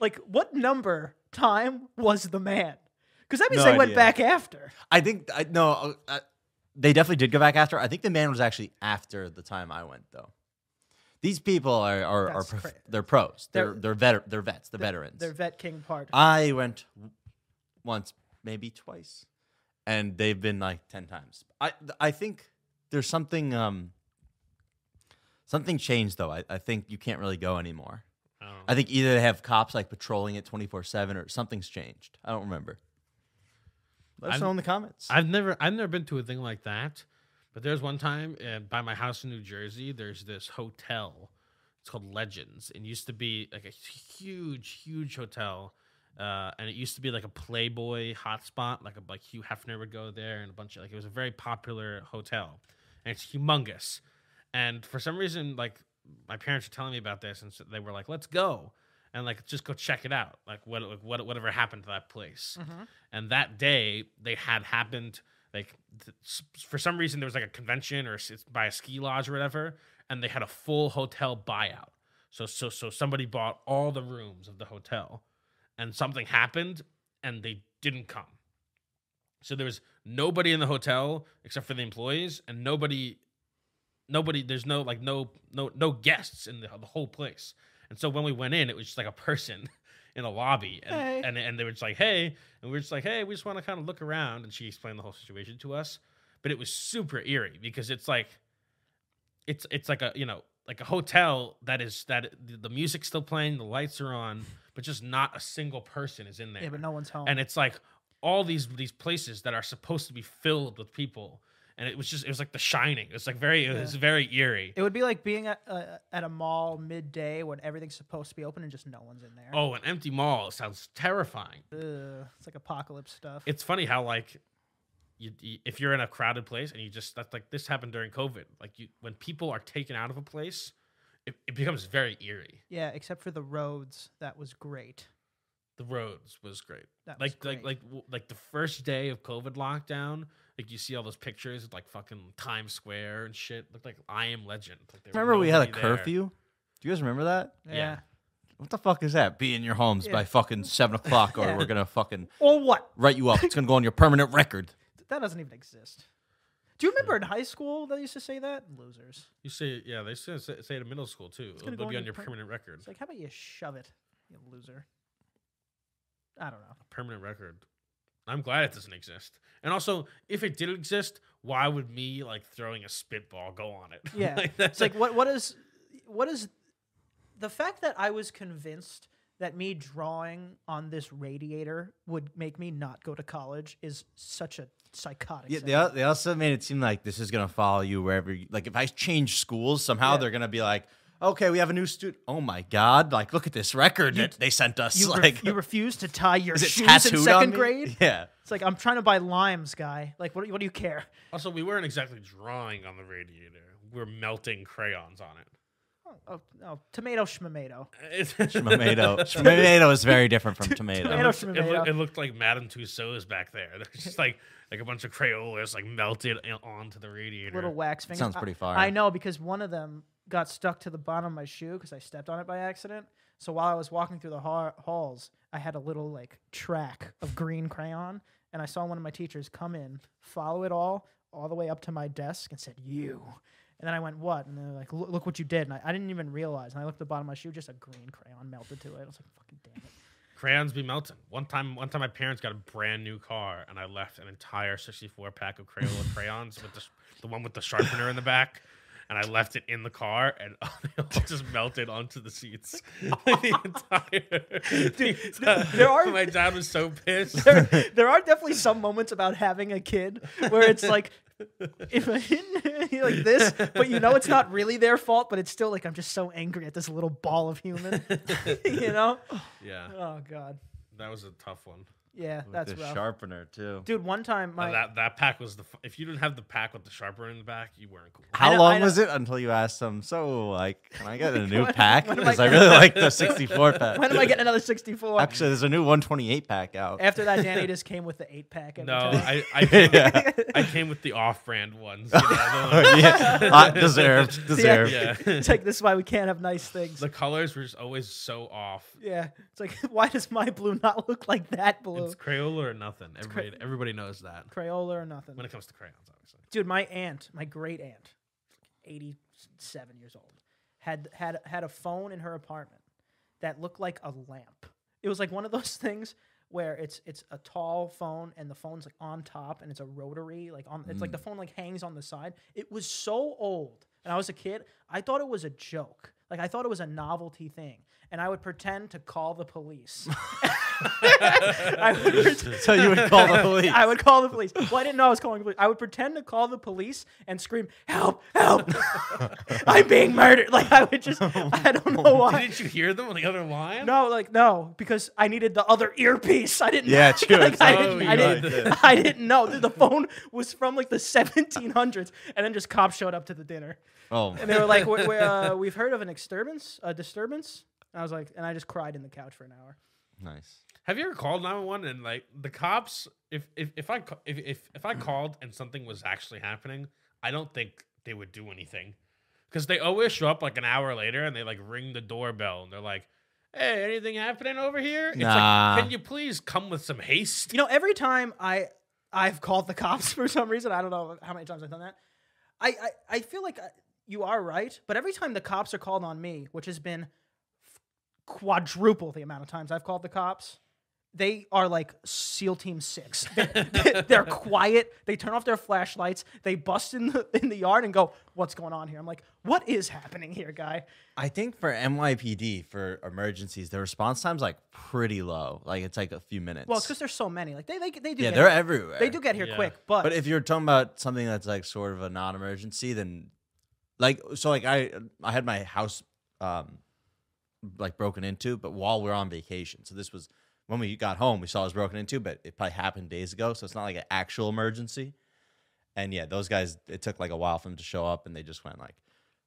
[SPEAKER 2] Like what number time was the man? Because that means
[SPEAKER 1] No
[SPEAKER 2] they went
[SPEAKER 1] idea.
[SPEAKER 2] back after.
[SPEAKER 1] I think I no, I, they definitely did go back after. I think the man was actually after the time I went though. These people are are, are
[SPEAKER 2] That's
[SPEAKER 1] prof-
[SPEAKER 2] cra-
[SPEAKER 1] they're pros. They're
[SPEAKER 2] They're-
[SPEAKER 1] they're vet they're vets. They're veterans.
[SPEAKER 2] Their vet king part.
[SPEAKER 1] I went w- once, maybe twice, and they've been like ten times. I I think there's something um Something changed though. I, I think you can't really go anymore.
[SPEAKER 3] I don't know.
[SPEAKER 1] I think either they have cops like patrolling it 24 7 or something's changed. I don't remember. Let us
[SPEAKER 3] I'm-
[SPEAKER 1] know in the comments.
[SPEAKER 3] I've never I've never been to a thing like that, but there's one time uh, by my house in New Jersey. There's this hotel. It's called Legends, and used to be like a huge, huge hotel, uh, and it used to be like a Playboy hotspot. Like a like Hugh Hefner would go there, and a bunch of like it was a very popular hotel, and it's humongous. And for some reason, like my parents were telling me about this, and so they were like, "Let's go." And like just go check it out, like what, what whatever happened to that place and that day they had happened like th- s- for some reason there was like a convention or s- it's by a ski lodge or whatever and they had a full hotel buyout so so so somebody bought all the rooms of the hotel and something happened and they didn't come so there was nobody in the hotel except for the employees and nobody nobody there's no like no no no guests in the, the whole place and so when we went in it was just like a person in a lobby and,
[SPEAKER 2] Hey.
[SPEAKER 3] and and they were just like hey and we are just like hey we just want to kind of look around and she explained the whole situation to us but it was super eerie because it's like it's it's like a you know like a hotel that is that the- the music's still playing the lights are on but just not a single person is in there
[SPEAKER 2] Yeah, but no one's home.
[SPEAKER 3] and it's like all these these places that are supposed to be filled with people and it was just it was like the shining it was like very it was very eerie
[SPEAKER 2] it would be like being at, uh, at a mall midday when everything's supposed to be open and just no one's in there.
[SPEAKER 3] oh an empty mall sounds terrifying
[SPEAKER 2] Ugh, it's like apocalypse stuff.
[SPEAKER 3] it's funny how like you, you if you're in a crowded place and you just that's like this happened during covid like you when people are taken out of a place it, it becomes very eerie
[SPEAKER 2] yeah, except for the roads. That was great.
[SPEAKER 3] the roads was great
[SPEAKER 2] That was
[SPEAKER 3] like like
[SPEAKER 2] great.
[SPEAKER 3] like w- like the first day of covid lockdown like you see all those pictures of like fucking times square and shit looked like i am legend like, there was
[SPEAKER 1] remember we had a
[SPEAKER 3] nobody there.
[SPEAKER 1] curfew? Do you guys remember that?
[SPEAKER 2] yeah.
[SPEAKER 3] yeah.
[SPEAKER 1] What the fuck is that? Be in your homes
[SPEAKER 2] Yeah.
[SPEAKER 1] by fucking 7 o'clock or
[SPEAKER 2] Yeah.
[SPEAKER 1] we're going to fucking
[SPEAKER 2] Or what?
[SPEAKER 1] write you up. It's going to go on your permanent record.
[SPEAKER 2] That doesn't even exist. Do you remember in high school they used to say that? Losers.
[SPEAKER 3] You say, yeah, they say, say say it in middle school too. It'll,
[SPEAKER 2] gonna go
[SPEAKER 3] be
[SPEAKER 2] on
[SPEAKER 3] on
[SPEAKER 2] your
[SPEAKER 3] your
[SPEAKER 2] per-
[SPEAKER 3] permanent record.
[SPEAKER 2] It's like, how about you shove it, you loser? I don't know.
[SPEAKER 3] permanent record. I'm glad it doesn't exist. And also, if it did exist, why would me like throwing a spitball go on it?
[SPEAKER 2] Yeah. It's
[SPEAKER 3] that's
[SPEAKER 2] like what what is what is the fact that I was convinced that me drawing on this radiator would make me not go to college is such a psychotic.
[SPEAKER 1] Yeah,
[SPEAKER 2] sentence.
[SPEAKER 1] they, al- they also made it seem like this is going to follow you wherever you like. If I change schools, somehow
[SPEAKER 2] Yeah.
[SPEAKER 1] they're going to be like, okay, we have a new student. Oh my God. Like, look at this record that they sent us.
[SPEAKER 2] you,
[SPEAKER 1] like,
[SPEAKER 2] ref- you refuse to tie your
[SPEAKER 1] is it
[SPEAKER 2] shoes in
[SPEAKER 1] tattooed on
[SPEAKER 2] second
[SPEAKER 1] me?
[SPEAKER 2] grade.
[SPEAKER 1] Yeah.
[SPEAKER 2] It's like I'm trying to buy limes, guy. Like what? What do you care?
[SPEAKER 3] also, we weren't exactly drawing on the radiator. We're melting crayons on it.
[SPEAKER 2] Oh, oh tomato schmamato.
[SPEAKER 3] It's
[SPEAKER 1] Tomato. tomato is very different from
[SPEAKER 3] It,
[SPEAKER 1] tomato.
[SPEAKER 2] tomato-
[SPEAKER 3] looks- it loo-
[SPEAKER 2] tomato.
[SPEAKER 3] it looked like Madame Tussauds back there. There's just like like a bunch of Crayolas like melted in- onto the radiator.
[SPEAKER 2] Little wax fingers.
[SPEAKER 1] Sounds
[SPEAKER 2] I-
[SPEAKER 1] pretty fire.
[SPEAKER 2] I know because one of them got stuck to the bottom of my shoe because I stepped on it by accident. So while I was walking through the ha- halls, I had a little like track of green crayon, and I saw one of my teachers come in, follow it all all the way up to my desk, and said, "You." And then I went, "What?" And they're like, "Look, look what you did!" And I, I didn't even realize. And I looked at the bottom of my shoe, just a green crayon melted to it. I was like, "Fucking damn it!"
[SPEAKER 3] crayons be melting. One time, one time, my parents got a brand new car, and I left an entire sixty-four pack of Crayola crayons with the, the one with the sharpener in the back, and I left it in the car, and they all just melted onto the seats. the entire.
[SPEAKER 2] there are-
[SPEAKER 3] My dad was so pissed.
[SPEAKER 2] there, there are definitely some moments about having a kid where it's like if you're like this but you know it's not really their fault but it's still like i'm just so angry at this little ball of human you know
[SPEAKER 3] yeah,
[SPEAKER 2] oh god
[SPEAKER 3] that was a tough one.
[SPEAKER 2] yeah that's
[SPEAKER 1] the
[SPEAKER 2] rough
[SPEAKER 1] sharpener too.
[SPEAKER 2] dude one time
[SPEAKER 3] And
[SPEAKER 2] my
[SPEAKER 3] that that pack was the. f- If you didn't have the pack with the sharpener in the back, you weren't cool.
[SPEAKER 1] How
[SPEAKER 2] know- I
[SPEAKER 1] long
[SPEAKER 2] know-
[SPEAKER 1] was it until you asked them? So, like, can I get a new
[SPEAKER 2] When-
[SPEAKER 1] pack?
[SPEAKER 2] when am I
[SPEAKER 1] Because I
[SPEAKER 2] gonna-
[SPEAKER 1] really like the 64 pack.
[SPEAKER 2] when am i getting another 64
[SPEAKER 1] Actually, there's a new 128 pack out.
[SPEAKER 2] after that danny just came with the eight pack every
[SPEAKER 3] No,
[SPEAKER 2] time.
[SPEAKER 3] I I came,
[SPEAKER 1] Yeah.
[SPEAKER 3] I came with the off-brand ones. you know, the ones-
[SPEAKER 1] yeah, uh, deserved, deserved.
[SPEAKER 3] yeah.
[SPEAKER 2] it's like this is why we can't have nice things
[SPEAKER 3] The colors were just always so off.
[SPEAKER 2] yeah it's like why does my blue not look like that blue
[SPEAKER 3] It's Crayola or nothing.
[SPEAKER 2] cra-
[SPEAKER 3] Everybody, everybody knows that
[SPEAKER 2] crayola or nothing
[SPEAKER 3] when it comes to crayons, obviously.
[SPEAKER 2] dude my aunt my great aunt 87 years old had had had a phone in her apartment that looked like a lamp it was like one of those things where it's it's a tall phone and the phone's like on top and it's a rotary like on it's like the phone like hangs on the side it was so old and I was a kid, I thought it was a joke. Like I thought it was a novelty thing, and I would pretend to call the police. I would pret-
[SPEAKER 1] So you would call the police.
[SPEAKER 2] I would call the police. Well, I didn't know I was calling the police. I would pretend to call the police and scream, "Help! Help! I'm being murdered!" Like I would
[SPEAKER 1] Oh
[SPEAKER 2] just, I don't know why.
[SPEAKER 3] Didn't you hear them on the other line?
[SPEAKER 2] No, like no, because I needed the other earpiece. I didn't.
[SPEAKER 1] Yeah, true.
[SPEAKER 2] like, I,
[SPEAKER 3] Oh,
[SPEAKER 2] didn't,
[SPEAKER 3] you
[SPEAKER 2] I, didn't,
[SPEAKER 1] got it.
[SPEAKER 2] I didn't know. The phone was from like the 1700s, and then just cops showed up to the dinner,
[SPEAKER 1] oh,
[SPEAKER 2] and they were like, we we uh, "We've heard of an disturbance, a disturbance." And I was like, and I just cried in the couch for an hour.
[SPEAKER 1] nice.
[SPEAKER 3] Have you ever called 911 and like the cops? If if if I ca- if if, if I called and something was actually happening, I don't think they would do anything, because they always show up like an hour later and they like ring the doorbell and they're like, "Hey, anything happening over here?" It's
[SPEAKER 1] Nah.
[SPEAKER 3] like, can you please come with some haste?
[SPEAKER 2] You know, every time I I've called the cops for some reason, I don't know how many times I've done that. I I, I feel like I, you are right, but every time the cops are called on me, which has been f- quadruple the amount of times I've called the cops. They are like SEAL Team Six. They're, they're quiet. They turn off their flashlights. They bust in the in the yard and go, "What's going on here?" I'm like, "What is happening here, guy?"
[SPEAKER 1] I think for NYPD for emergencies, the response time's like pretty low. Like it's like a few minutes.
[SPEAKER 2] Well, it's because there's so many. Like they they, they do.
[SPEAKER 1] yeah,
[SPEAKER 2] get
[SPEAKER 1] they're
[SPEAKER 2] here.
[SPEAKER 1] everywhere.
[SPEAKER 2] they do get here
[SPEAKER 3] Yeah.
[SPEAKER 2] quick,
[SPEAKER 1] But if you're talking about something that's like sort of a non-emergency, then like so like I I had my house um like broken into, but while we are on vacation, so this was when we got home, we saw it was broken into, but it probably happened days ago, so it's not like an actual emergency. And yeah, those guys, it took like a while for them to show up, and they just went like,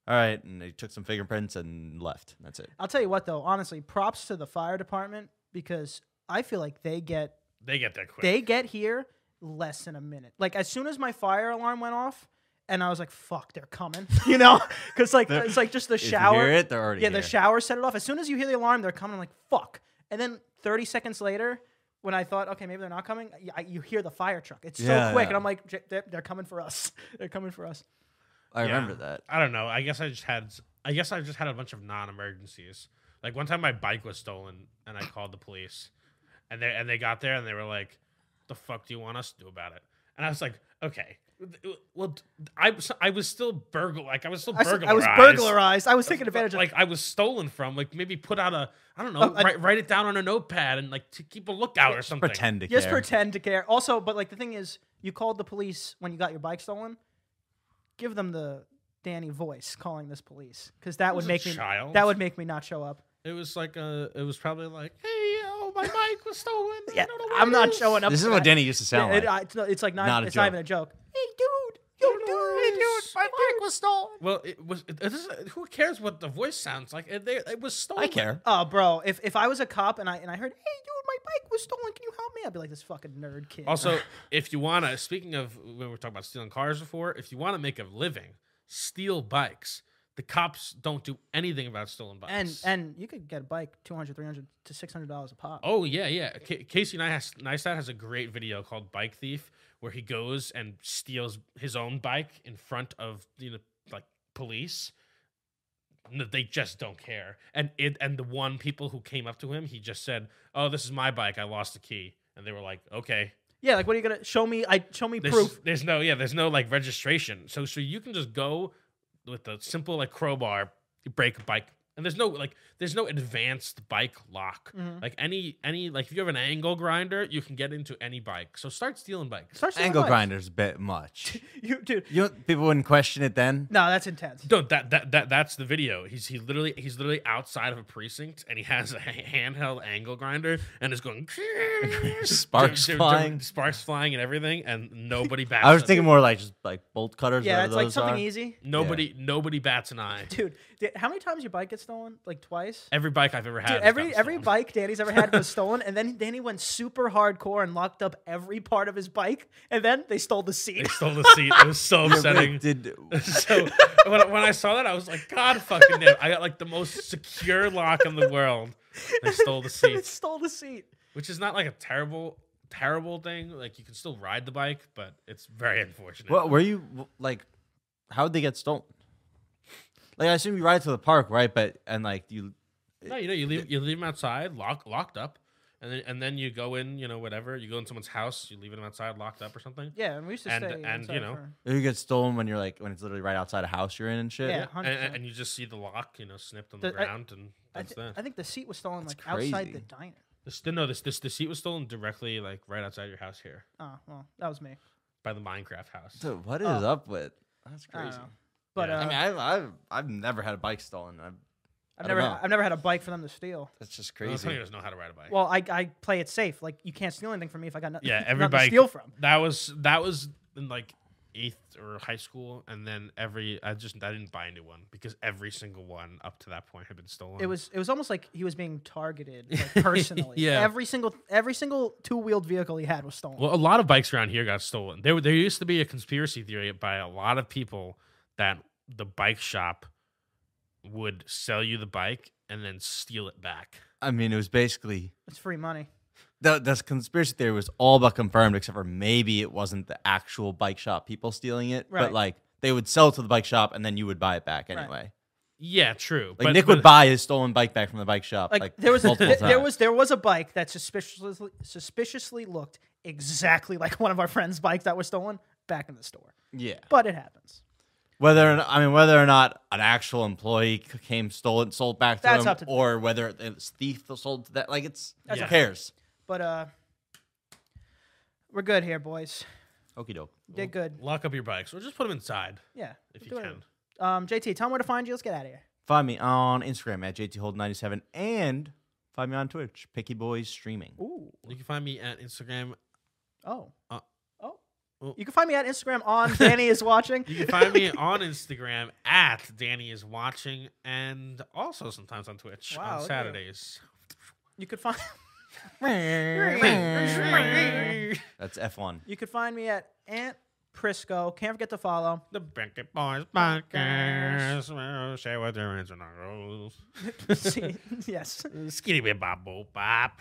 [SPEAKER 1] "All right," and they took some fingerprints and left. That's it.
[SPEAKER 2] I'll tell you what though, honestly, props to the fire department because I feel like they get
[SPEAKER 3] They get there quick.
[SPEAKER 2] they get here less than a minute. Like as soon as my fire alarm went off and I was like, fuck, they're coming. You know? Cause like it's like just the
[SPEAKER 1] If you
[SPEAKER 2] shower.
[SPEAKER 1] hear it, they're already
[SPEAKER 2] yeah,
[SPEAKER 1] here.
[SPEAKER 2] the shower set it off. As soon as you hear the alarm, they're coming. I'm like, fuck. And then 30 seconds later, when I thought, okay, maybe they're not coming, y- I- you hear the fire truck. It's
[SPEAKER 1] Yeah,
[SPEAKER 2] so quick.
[SPEAKER 1] yeah.
[SPEAKER 2] And I'm like, "J- they're, they're coming for us. They're coming for us.
[SPEAKER 1] I
[SPEAKER 3] Yeah.
[SPEAKER 1] remember that.
[SPEAKER 3] I don't know. I guess I just had. I guess I just had a bunch of non-emergencies. Like one time, my bike was stolen, and I called the police, and they and they got there, and they were like, "The fuck do you want us to do about it?" And I was like, "Okay, well, I was I was still burglar. Like I was still
[SPEAKER 2] I s-
[SPEAKER 3] burglarized.
[SPEAKER 2] I was burglarized. I was taken
[SPEAKER 3] But,
[SPEAKER 2] advantage of.
[SPEAKER 3] Like I was stolen from. Like maybe put out a I don't know.
[SPEAKER 2] Oh, I-
[SPEAKER 3] write, write it down on a notepad and like to keep a lookout or something.
[SPEAKER 1] Pretend to
[SPEAKER 2] Just
[SPEAKER 1] care.
[SPEAKER 2] pretend to care. Also, but like the thing is, you called the police when you got your bike stolen. Give them the Danny voice calling this police because that
[SPEAKER 3] was
[SPEAKER 2] would
[SPEAKER 3] a
[SPEAKER 2] make me
[SPEAKER 3] child.
[SPEAKER 2] that would make me not show up.
[SPEAKER 3] It was like uh It was probably like, "Hey, oh my bike was stolen. I
[SPEAKER 2] Yeah,
[SPEAKER 3] don't know where
[SPEAKER 2] I'm
[SPEAKER 3] it
[SPEAKER 2] not
[SPEAKER 3] is."
[SPEAKER 2] showing up.
[SPEAKER 1] This is
[SPEAKER 2] for
[SPEAKER 1] what
[SPEAKER 2] that.
[SPEAKER 1] Danny used to sound
[SPEAKER 2] It-
[SPEAKER 1] like.
[SPEAKER 2] it- it's, not, it's like not.
[SPEAKER 1] Not a
[SPEAKER 2] it's not
[SPEAKER 1] joke.
[SPEAKER 2] even a joke. Hey, dude. Yo, dude.
[SPEAKER 3] Hey, dude, my bike was stolen. Well, it was. It, this is- who cares what the voice sounds like? It, they, it was stolen.
[SPEAKER 1] I care.
[SPEAKER 2] Oh, bro! If, if I was a cop and I and I heard, hey, dude, my bike was stolen. Can you help me? I'd be like this fucking nerd kid.
[SPEAKER 3] Also, if you wanna, speaking of when we were talking about stealing cars before, if you wanna make a living, steal bikes. The cops don't do anything about stolen bikes.
[SPEAKER 2] and and you could get a bike 200 300 to 600 dollars a pop.
[SPEAKER 3] Oh yeah, yeah. Ca Casey Neis- Neistat has a great video called "Bike Thief," where he goes and steals his own bike in front of you know like police. No, they just don't care. And it and the one people who came up to him, he just said, "Oh, this is my bike. I lost the key." And they were like, "Okay."
[SPEAKER 2] Yeah, like what are you gonna show me? I show me
[SPEAKER 3] There's,
[SPEAKER 2] proof.
[SPEAKER 3] There's no yeah. There's no like registration. So so you can just go with a simple like crowbar, you break a bike. And there's no like there's no advanced bike lock.
[SPEAKER 2] Mhm.
[SPEAKER 1] Mm-hmm.
[SPEAKER 3] Like any any like if you have an angle grinder, you can get into any bike. So start stealing bikes.
[SPEAKER 2] Start stealing
[SPEAKER 1] Angle
[SPEAKER 2] bikes.
[SPEAKER 1] grinder's a bit much.
[SPEAKER 2] You, dude.
[SPEAKER 1] You know, people wouldn't question it then.
[SPEAKER 2] No, that's intense.
[SPEAKER 3] No, that, that that that's the video. He's he literally he's literally outside of a precinct and he has a ha- handheld angle grinder and is going
[SPEAKER 1] Sparks
[SPEAKER 3] Dude, dude,
[SPEAKER 1] flying.
[SPEAKER 3] sparks flying and everything and nobody bats.
[SPEAKER 1] I was
[SPEAKER 3] an-
[SPEAKER 1] thinking more like just like bolt cutters.
[SPEAKER 2] Yeah,
[SPEAKER 1] whatever
[SPEAKER 2] it's like
[SPEAKER 1] those
[SPEAKER 2] something
[SPEAKER 1] are.
[SPEAKER 2] easy.
[SPEAKER 3] nobody nobody bats an eye.
[SPEAKER 2] Dude, d- how many times your bike gets stolen? Like twice?
[SPEAKER 3] Every bike I've ever had.
[SPEAKER 2] Dude,
[SPEAKER 3] has
[SPEAKER 2] every
[SPEAKER 3] gotten
[SPEAKER 2] every
[SPEAKER 3] stolen.
[SPEAKER 2] bike Danny's ever had was stolen, and then Danny went super hardcore and locked up every part of his bike, and then they stole the
[SPEAKER 3] They
[SPEAKER 2] seat.
[SPEAKER 3] stole the seat. It was so upsetting.
[SPEAKER 1] Wait, did
[SPEAKER 3] so when, I- when I saw that, I was like, God fucking damn! I got like the most secure lock in the world. They stole the
[SPEAKER 2] they
[SPEAKER 3] seats,
[SPEAKER 2] stole the seat.
[SPEAKER 3] which is not like a terrible, terrible thing. Like you can still ride the bike, but it's very unfortunate.
[SPEAKER 1] what were you like? How would they get stolen? Like I assume you ride to the park, right? But and like you,
[SPEAKER 3] no, you know, you leave you leave them outside, lock, locked up. and then and then you go in, you know, whatever. You go in someone's house, you leave them outside locked up or something.
[SPEAKER 2] Yeah, and we used to
[SPEAKER 3] And-
[SPEAKER 2] stay
[SPEAKER 3] and,
[SPEAKER 2] inside
[SPEAKER 3] you know,
[SPEAKER 2] for-
[SPEAKER 1] It gets stolen when you're like when it's literally right outside a house you're in and shit.
[SPEAKER 2] Yeah.
[SPEAKER 3] and,
[SPEAKER 2] 100%.
[SPEAKER 3] and- and you just see the lock, you know, snipped on the,
[SPEAKER 2] The- I-
[SPEAKER 3] ground, and
[SPEAKER 2] I,
[SPEAKER 3] that's
[SPEAKER 2] thi-
[SPEAKER 3] that.
[SPEAKER 2] I think the seat was stolen
[SPEAKER 1] That's
[SPEAKER 2] like outside the
[SPEAKER 1] crazy.
[SPEAKER 2] diner.
[SPEAKER 3] This, no, this this the seat was stolen directly, like right outside your house here
[SPEAKER 2] Oh well, that was me.
[SPEAKER 3] by the Minecraft house.
[SPEAKER 1] So what is
[SPEAKER 2] Oh.
[SPEAKER 1] up with? That's
[SPEAKER 2] I don't
[SPEAKER 1] crazy.
[SPEAKER 2] know. But
[SPEAKER 3] Yeah.
[SPEAKER 2] uh,
[SPEAKER 1] I mean, I've, I've I've never had a bike stolen. I've,
[SPEAKER 2] I've
[SPEAKER 1] I
[SPEAKER 2] never
[SPEAKER 1] don't know.
[SPEAKER 2] I've never had a bike for them to steal.
[SPEAKER 1] that's just
[SPEAKER 3] Well, Antonio
[SPEAKER 1] crazy.
[SPEAKER 3] doesn't know how to ride a bike.
[SPEAKER 2] Well, I, I play it safe. Like you can't steal anything from me if I got nothing.
[SPEAKER 3] Yeah, every
[SPEAKER 2] nothing to
[SPEAKER 3] bike-
[SPEAKER 2] steal from.
[SPEAKER 3] that was that was in like eighth or high school, and then every I just I didn't buy a new one because every single one up to that point had been stolen.
[SPEAKER 2] It was it was almost like he was being targeted like, personally.
[SPEAKER 3] Yeah.
[SPEAKER 2] Every single every single two wheeled vehicle he had was stolen.
[SPEAKER 3] Well, a lot of bikes around here got stolen. There, there used to be a conspiracy theory by a lot of people that the bike shop would sell you the bike and then steal it back.
[SPEAKER 1] I mean, it was basically
[SPEAKER 2] It's free money.
[SPEAKER 1] that this conspiracy theory was all but confirmed, except for maybe it wasn't the actual bike shop people stealing it,
[SPEAKER 2] Right.
[SPEAKER 1] but like they would sell it to the bike shop and then you would buy it back
[SPEAKER 2] Right.
[SPEAKER 1] anyway.
[SPEAKER 3] Yeah, true.
[SPEAKER 1] Like Nick would buy his stolen bike back from the bike shop.
[SPEAKER 2] Like,
[SPEAKER 1] Like,
[SPEAKER 2] there was a,
[SPEAKER 1] multiple
[SPEAKER 2] th- there
[SPEAKER 1] times.
[SPEAKER 2] was there was a bike that suspiciously suspiciously looked exactly like one of our friends' bikes that was stolen back in the store.
[SPEAKER 1] yeah.
[SPEAKER 2] But it happens.
[SPEAKER 1] Whether or not, I mean, whether or not an actual employee c- came stolen, sold back to
[SPEAKER 2] That's
[SPEAKER 1] them,
[SPEAKER 2] up to-
[SPEAKER 1] or whether it's thief that sold to that, like it's
[SPEAKER 3] That's
[SPEAKER 1] who
[SPEAKER 3] up-
[SPEAKER 1] cares.
[SPEAKER 2] But uh, we're good here, boys.
[SPEAKER 1] Okie doke.
[SPEAKER 2] Did good.
[SPEAKER 3] lock up your bikes or just put them inside
[SPEAKER 2] Yeah.
[SPEAKER 3] if you
[SPEAKER 2] we're
[SPEAKER 3] can.
[SPEAKER 2] doing it. Um, JT, tell them where to find you. Let's get out of here.
[SPEAKER 1] Find me on Instagram at jthold97 and find me on Twitch, Picky Boys Streaming.
[SPEAKER 2] Ooh.
[SPEAKER 3] You can find me at Instagram.
[SPEAKER 2] Oh.
[SPEAKER 3] Uh,
[SPEAKER 2] oh.
[SPEAKER 3] oh.
[SPEAKER 2] You can find me at Instagram on Danny is watching.
[SPEAKER 3] You can find me on Instagram at Danny is watching, and also sometimes on Twitch
[SPEAKER 2] Wow,
[SPEAKER 3] on
[SPEAKER 2] look at him.
[SPEAKER 3] Saturdays.
[SPEAKER 2] You could find
[SPEAKER 3] the
[SPEAKER 1] That's F1.
[SPEAKER 2] you could find me at Aunt Prisco. Can't forget to follow.
[SPEAKER 3] Bucket Boys podcast. We'll share with your internals.
[SPEAKER 2] See, yes.
[SPEAKER 3] Skitty bop bop bop.